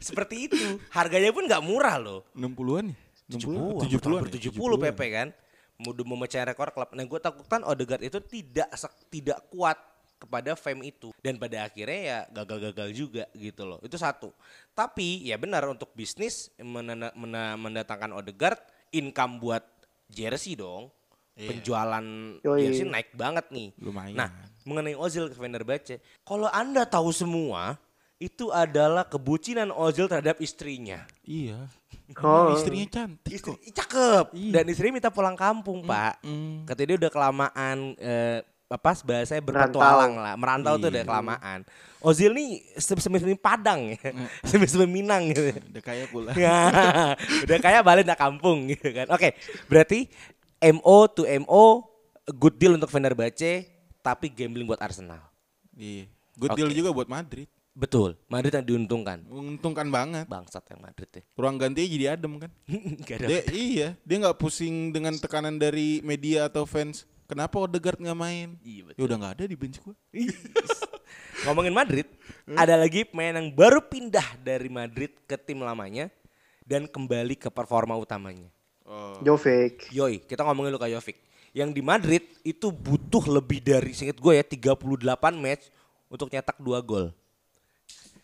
Seperti itu. Harganya pun nggak murah loh.
60-an ya? 60-an?
70
70-an ya?
70 PP kan. Mudah memecah rekor klub. Nah, gue takutkan Odegaard itu tidak sek- tidak kuat kepada fame itu dan pada akhirnya ya gagal-gagal juga gitu loh. Itu satu. Tapi ya benar untuk bisnis menena- mena- mendatangkan Odegaard income buat jersey dong. Penjualan
Yoi.
jersey naik banget nih.
Iya. Lumayan.
Nah, mengenai Ozil ke Fenerbahce, kalau Anda tahu semua itu adalah kebucinan Ozil terhadap istrinya.
Iya.
Oh.
Istrinya cantik
Istri,
kok.
Ih, cakep.
Iya.
Dan istrinya minta pulang kampung, Pak.
mm.
Katanya dia udah kelamaan eh, apa bahasanya berpetualang lah, merantau tuh udah
Iya.
kelamaan. Ozil nih sem- semis-semis Padang ya.
Mm.
Semis-semis Minang gitu.
Udah kaya pula.
Ya, udah kayak balik nak kampung gitu kan. Oke, berarti MO to MO good deal untuk Fenerbahce tapi gambling buat Arsenal.
Iya. Good
Oke.
deal juga buat Madrid.
Betul, Madrid yang diuntungkan.
Menguntungkan banget.
Bangsat yang Madrid ya.
Ruang gantinya jadi adem kan.
Gak ada.
Dia, iya, dia nggak pusing dengan tekanan dari media atau fans. Kenapa Odegaard nggak main?
Iya, betul.
Ya udah nggak ada di bench gua.
Ngomongin Madrid, ada lagi pemain yang baru pindah dari Madrid ke tim lamanya dan kembali ke performa utamanya.
Jovic.
Yoi, kita ngomongin Luka Jovic. Yang di Madrid itu butuh lebih dari singkat gue ya 38 match untuk nyetak 2 gol.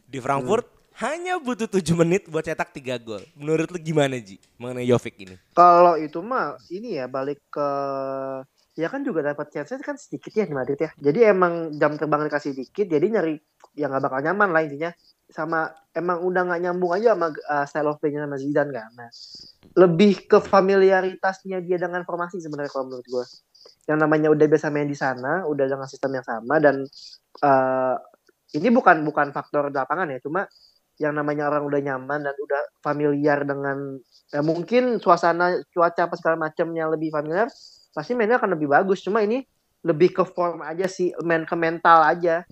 Di Frankfurt
Hmm.
hanya butuh 7 menit buat cetak 3 gol. Menurut lu gimana Ji mengenai Jovic ini?
Kalau itu mah ini ya balik ke ya kan juga dapat chance kan sedikit ya di Madrid ya. Jadi emang jam terbang dikasih dikit jadi nyari yang nggak bakal nyaman lah intinya sama emang udah nggak nyambung aja sama uh, style of play-nya sama Zidane kan. Nah, lebih ke familiaritasnya dia dengan formasi sebenarnya kalau menurut gua. Yang namanya udah biasa main di sana, udah dengan sistem yang sama dan uh, ini bukan bukan faktor di lapangan ya, cuma yang namanya orang udah nyaman dan udah familiar dengan ya mungkin suasana cuaca apa segala macamnya lebih familiar pasti mainnya akan lebih bagus cuma ini lebih ke form aja sih main ke mental aja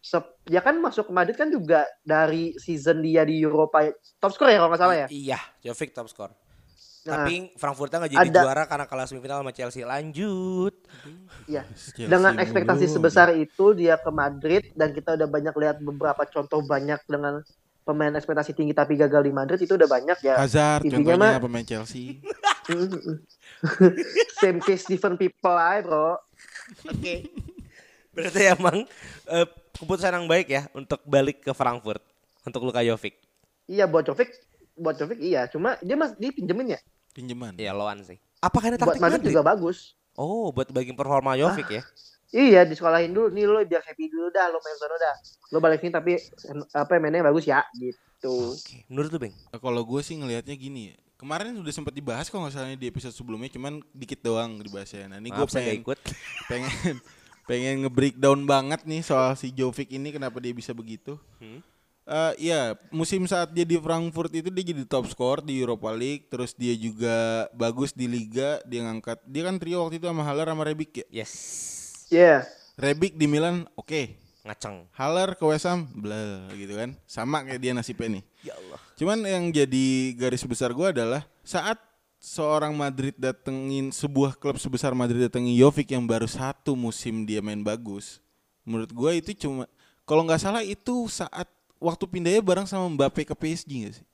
Se- ya kan masuk ke Madrid kan juga dari season dia di Europa top score ya kalau nggak salah ya
I- Iya, Jovic top skor.
Nah,
Tapi Frankfurtnya nggak jadi
ada-
juara karena kalah semifinal sama Chelsea. Lanjut.
Iya.
Chelsea
dengan
mulu.
ekspektasi sebesar ya, itu dia ke Madrid dan kita udah banyak lihat beberapa contoh banyak dengan pemain ekspektasi tinggi tapi gagal di Madrid itu udah banyak ya
Hazard
Intinya
contohnya
mah-
pemain Chelsea.
same case different people aja bro
Berarti emang eh, keputusan yang baik ya untuk balik ke Frankfurt untuk Luka Jovic.
Iya buat Jovic, buat Jovic iya, cuma dia mas dia pinjemin ya.
Pinjaman.
Ya loan sih. Apa karena
Buat
taktik
Madrid
Madrid?
juga bagus.
Oh, buat bagi performa Jovic ya.
Iya, disekolahin dulu nih lo biar happy dulu dah lo main sono dah. Lo balik sini tapi en- apa mainnya bagus ya gitu.
Oke, menurut lu, Beng?
Nah, Kalau gue sih ngelihatnya gini, kemarin udah sempat dibahas kalau nggak salahnya di episode sebelumnya, cuman dikit doang dibahasnya. Nah, ini gue
Maaf saya
pengen
gak ikut.
pengen pengen nge-breakdown banget nih soal si Jovic ini kenapa dia bisa begitu. Eh, ya, musim saat dia di Frankfurt itu dia jadi top skor di Europa League, terus dia juga bagus di liga, dia ngangkat. Dia kan trio waktu itu sama Haller sama Rebic ya.
Yes.
Iya.
Rebic di Milan oke.
Ngaceng.
Haller ke West Ham, blah, gitu kan. Sama kayak dia nasibnya nih.
Ya Allah.
Cuman yang jadi garis besar gua adalah saat seorang Madrid datengin sebuah klub sebesar Madrid datengin Jovic yang baru satu musim dia main bagus. Menurut gua itu cuma kalau nggak salah itu saat waktu pindahnya bareng sama Mbappe ke PSG nggak sih?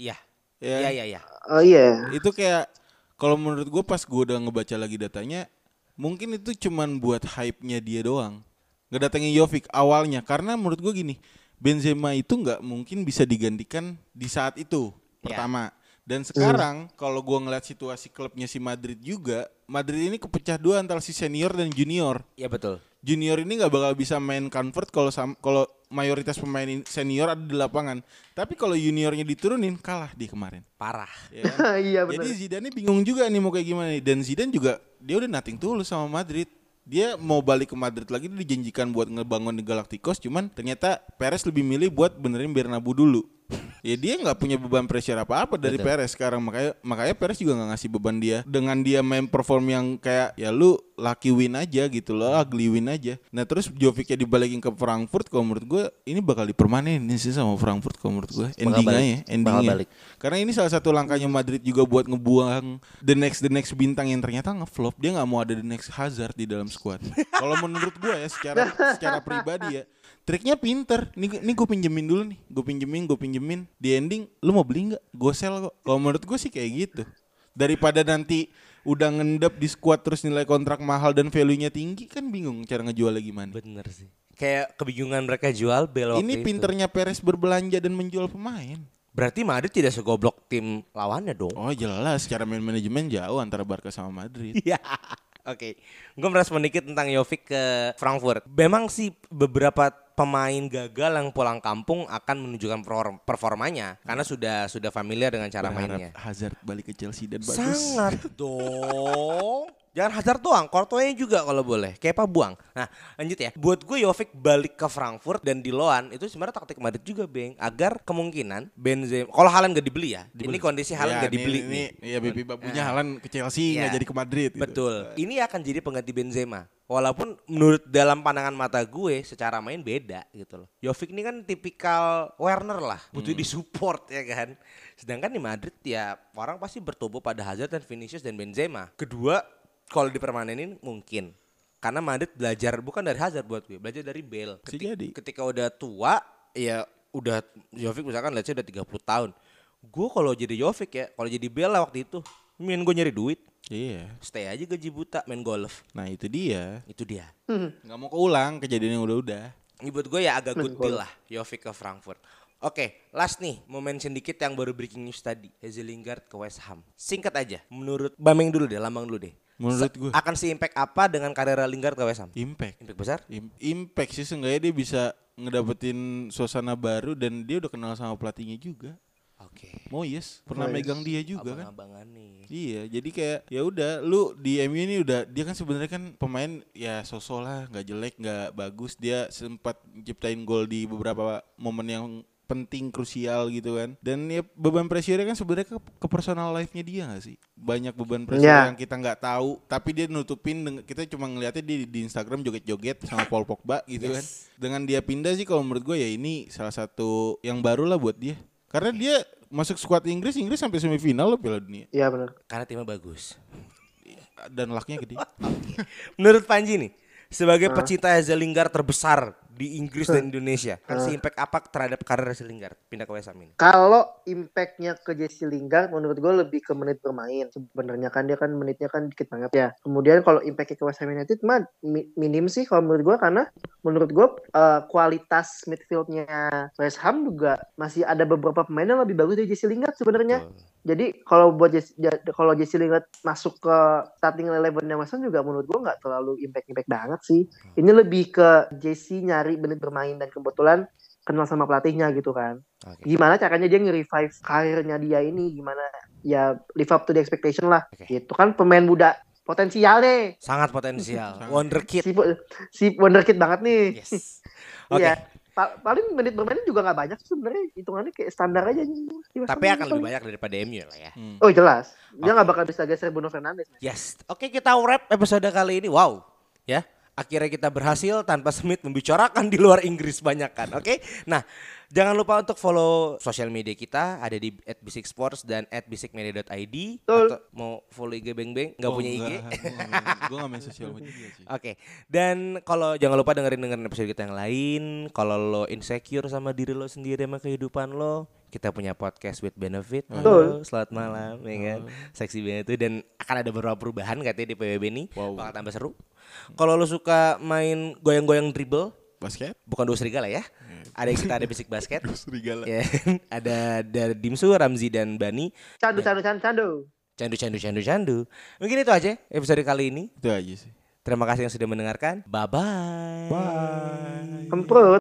Iya.
Ya.
Iya, iya, iya.
Oh iya.
Itu kayak kalau menurut gua pas gua udah ngebaca lagi datanya, mungkin itu cuman buat hype-nya dia doang. Ngedatengin Jovic awalnya karena menurut gua gini, Benzema itu nggak mungkin bisa digantikan di saat itu pertama. Dan sekarang kalau gua ngeliat situasi klubnya si Madrid juga, Madrid ini kepecah dua antara si senior dan junior.
Iya betul.
Junior ini nggak bakal bisa main convert kalau sam- kalau mayoritas pemain in- senior ada di lapangan. Tapi kalau juniornya diturunin kalah di kemarin.
Parah.
Ya kan?
iya benar.
Jadi Zidane bingung juga nih mau kayak gimana nih. Dan Zidane juga dia udah nothing tulus sama Madrid. Dia mau balik ke Madrid lagi dia dijanjikan buat ngebangun di Galacticos cuman ternyata Perez lebih milih buat benerin Bernabeu dulu. Ya dia nggak punya beban pressure apa-apa dari Perez sekarang makanya makanya Perez juga nggak ngasih beban dia dengan dia main perform yang kayak ya lu lucky win aja gitu loh ugly win aja. Nah terus Jovic-nya dibalikin ke Frankfurt kalau menurut gue ini bakal dipermanenin sih sama Frankfurt kalau menurut gue endingnya ya
balik. Bakal
endingnya.
balik.
Karena ini salah satu langkahnya Madrid juga buat ngebuang the next the next bintang yang ternyata ngeflop. Dia nggak mau ada the next Hazard di dalam squad. Kalau menurut gue ya secara secara pribadi ya triknya pinter. Ini ini gue pinjemin dulu nih. Gue pinjemin, gue pinjemin. Di ending lu mau beli nggak? Gue sell kok. Kalau menurut gue sih kayak gitu. Daripada nanti udah ngendap di squad terus nilai kontrak mahal dan value-nya tinggi kan bingung cara ngejualnya gimana.
Bener sih. Kayak kebingungan mereka jual
ini
bel waktu itu.
pinternya Perez berbelanja dan menjual pemain.
Berarti Madrid tidak segoblok tim lawannya dong.
Oh jelas secara main manajemen jauh antara Barca sama Madrid.
Iya. Oke, gue merespon dikit tentang Jovic ke Frankfurt. Memang sih beberapa pemain gagal yang pulang kampung akan menunjukkan perform- performanya karena sudah sudah familiar dengan cara mainnya.
Hazard balik ke Chelsea dan
Sangat dong. Jangan Hazard doang, Courtois juga kalau boleh. Kepa buang. Nah, lanjut ya. Buat gue Jovic balik ke Frankfurt dan di Loan itu sebenarnya taktik Madrid juga, Beng, agar kemungkinan Benzema kalau Haaland gak dibeli ya. Ini kondisi Haaland gak dibeli
ini,
nih. Ah.
Iya, Bibi babunya Halan ke Chelsea nggak
Iya.
jadi ke Madrid. gitu.
Betul. Ini akan jadi pengganti Benzema. Walaupun menurut dalam pandangan mata gue secara main beda gitu loh. Jovic ini kan tipikal Werner lah,
Hmm.
butuh disupport ya kan. Sedangkan di Madrid ya orang pasti bertumbuh pada Hazard dan Vinicius dan Benzema. Kedua, kalau dipermanenin mungkin. Karena Madrid belajar bukan dari Hazard buat gue, belajar dari Bale.
Bisa
Ketik-
jadi.
ketika udah tua ya udah Jovic misalkan let's say udah 30 tahun. Gue kalau jadi Jovic ya, kalau jadi Bale lah waktu itu, main gue nyari duit
Iya.
stay aja gaji buta main golf
Nah, itu dia.
itu dia
Nggak mau keulang kejadian yang udah-udah.
ini buat gue ya agak good deal lah Jovic ke Frankfurt oke last nih mau mention dikit yang baru breaking news tadi Hazel Lingard ke West Ham singkat aja menurut Bameng dulu deh Lambang dulu deh
Menurut Iya.
Se-
gue.
akan se-impact apa dengan karir Lingard ke West Ham
Impact.
impact besar
Im- Impact sih seenggaknya dia bisa ngedapetin suasana baru dan dia udah kenal sama pelatihnya juga.
oke
Moyes pernah megang dia juga kan.
abang-abangan nih
Iya, jadi kayak ya udah lu di MU ini udah dia kan sebenarnya kan pemain ya sosok lah, nggak jelek, nggak bagus. Dia sempat ciptain gol di beberapa momen yang penting krusial gitu kan. Dan ya beban pressure kan sebenarnya ke, ke personal life-nya dia gak sih? Banyak beban pressure
Iya.
yang kita nggak tahu, tapi dia nutupin deng- kita cuma ngeliatnya di di Instagram joget-joget sama Paul Pogba gitu kan. Dengan dia pindah sih kalau menurut gue ya ini salah satu yang baru lah buat dia. Karena dia masuk skuad Inggris, Inggris sampai semifinal loh Piala Dunia
Iya benar.
karena timnya bagus
dan laknya gede.
menurut Panji nih sebagai pecinta Hazel Lingard terbesar di Inggris dan Indonesia akan se-impact apa terhadap karir Hazel Lingard pindah ke West Ham ini
Kalau impactnya ke Jesse Lingard menurut gue lebih ke menit bermain. Sebenarnya kan dia kan menitnya kan dikit banget ya. Kemudian kalau impactnya ke West Ham United mah mi- minim sih kalau menurut gue karena menurut gue eh, kualitas midfieldnya West Ham juga masih ada beberapa pemain yang lebih bagus dari Jesse Lingard sebenarnya. Jadi kalau buat Jesse, ja- kalau Jesse Lingard masuk ke starting eleven West Ham juga menurut gue nggak terlalu impact-impact banget sih. Ini lebih ke Jesse nyari menit bermain dan kebetulan kenal sama pelatihnya gitu kan
Oke.
gimana caranya dia nge-revive karirnya dia ini gimana ya live up to the expectation lah
Oke.
gitu kan pemain muda potensial nih
sangat potensial wonderkid
si, si wonderkid banget nih
yes Iya. oke
Iya. Pa- paling menit bermainnya juga nggak banyak sih sebenarnya hitungannya kayak standar aja
tapi akan lebih banyak daripada MU lah ya
oh jelas
Oke.
dia nggak bakal bisa geser Bruno Fernandes
yes oke kita wrap episode kali ini wow ya akhirnya kita berhasil tanpa Smith membicarakan di luar Inggris banyak kan oke nah jangan lupa untuk follow sosial media kita ada di @bisiksports dan @bisikmedia.id
Betul.
atau mau follow IG Beng Beng
Oh,
nggak punya IG
Gue gak main sosial media sih.
Oke, dan kalau jangan lupa dengerin dengerin episode kita yang lain. Kalau lo insecure sama diri lo sendiri sama kehidupan lo, kita punya podcast with benefit. Halo, selamat malam, ya kan? Seksi banget itu dan akan ada beberapa perubahan katanya di PBB ini.
Wow.
Bakal tambah seru. Kalau lo suka main goyang-goyang dribble,
Basket?
bukan dua serigala ya. Ada kita ada basic basket.
Serigala.
Ya, ada dari Dimsu, Ramzi dan Bani.
candu candu candu candu
Candu candu candu candu. Mungkin itu aja episode kali ini.
Itu aja sih.
Terima kasih yang sudah mendengarkan. Bye-bye.
Bye.
kemprut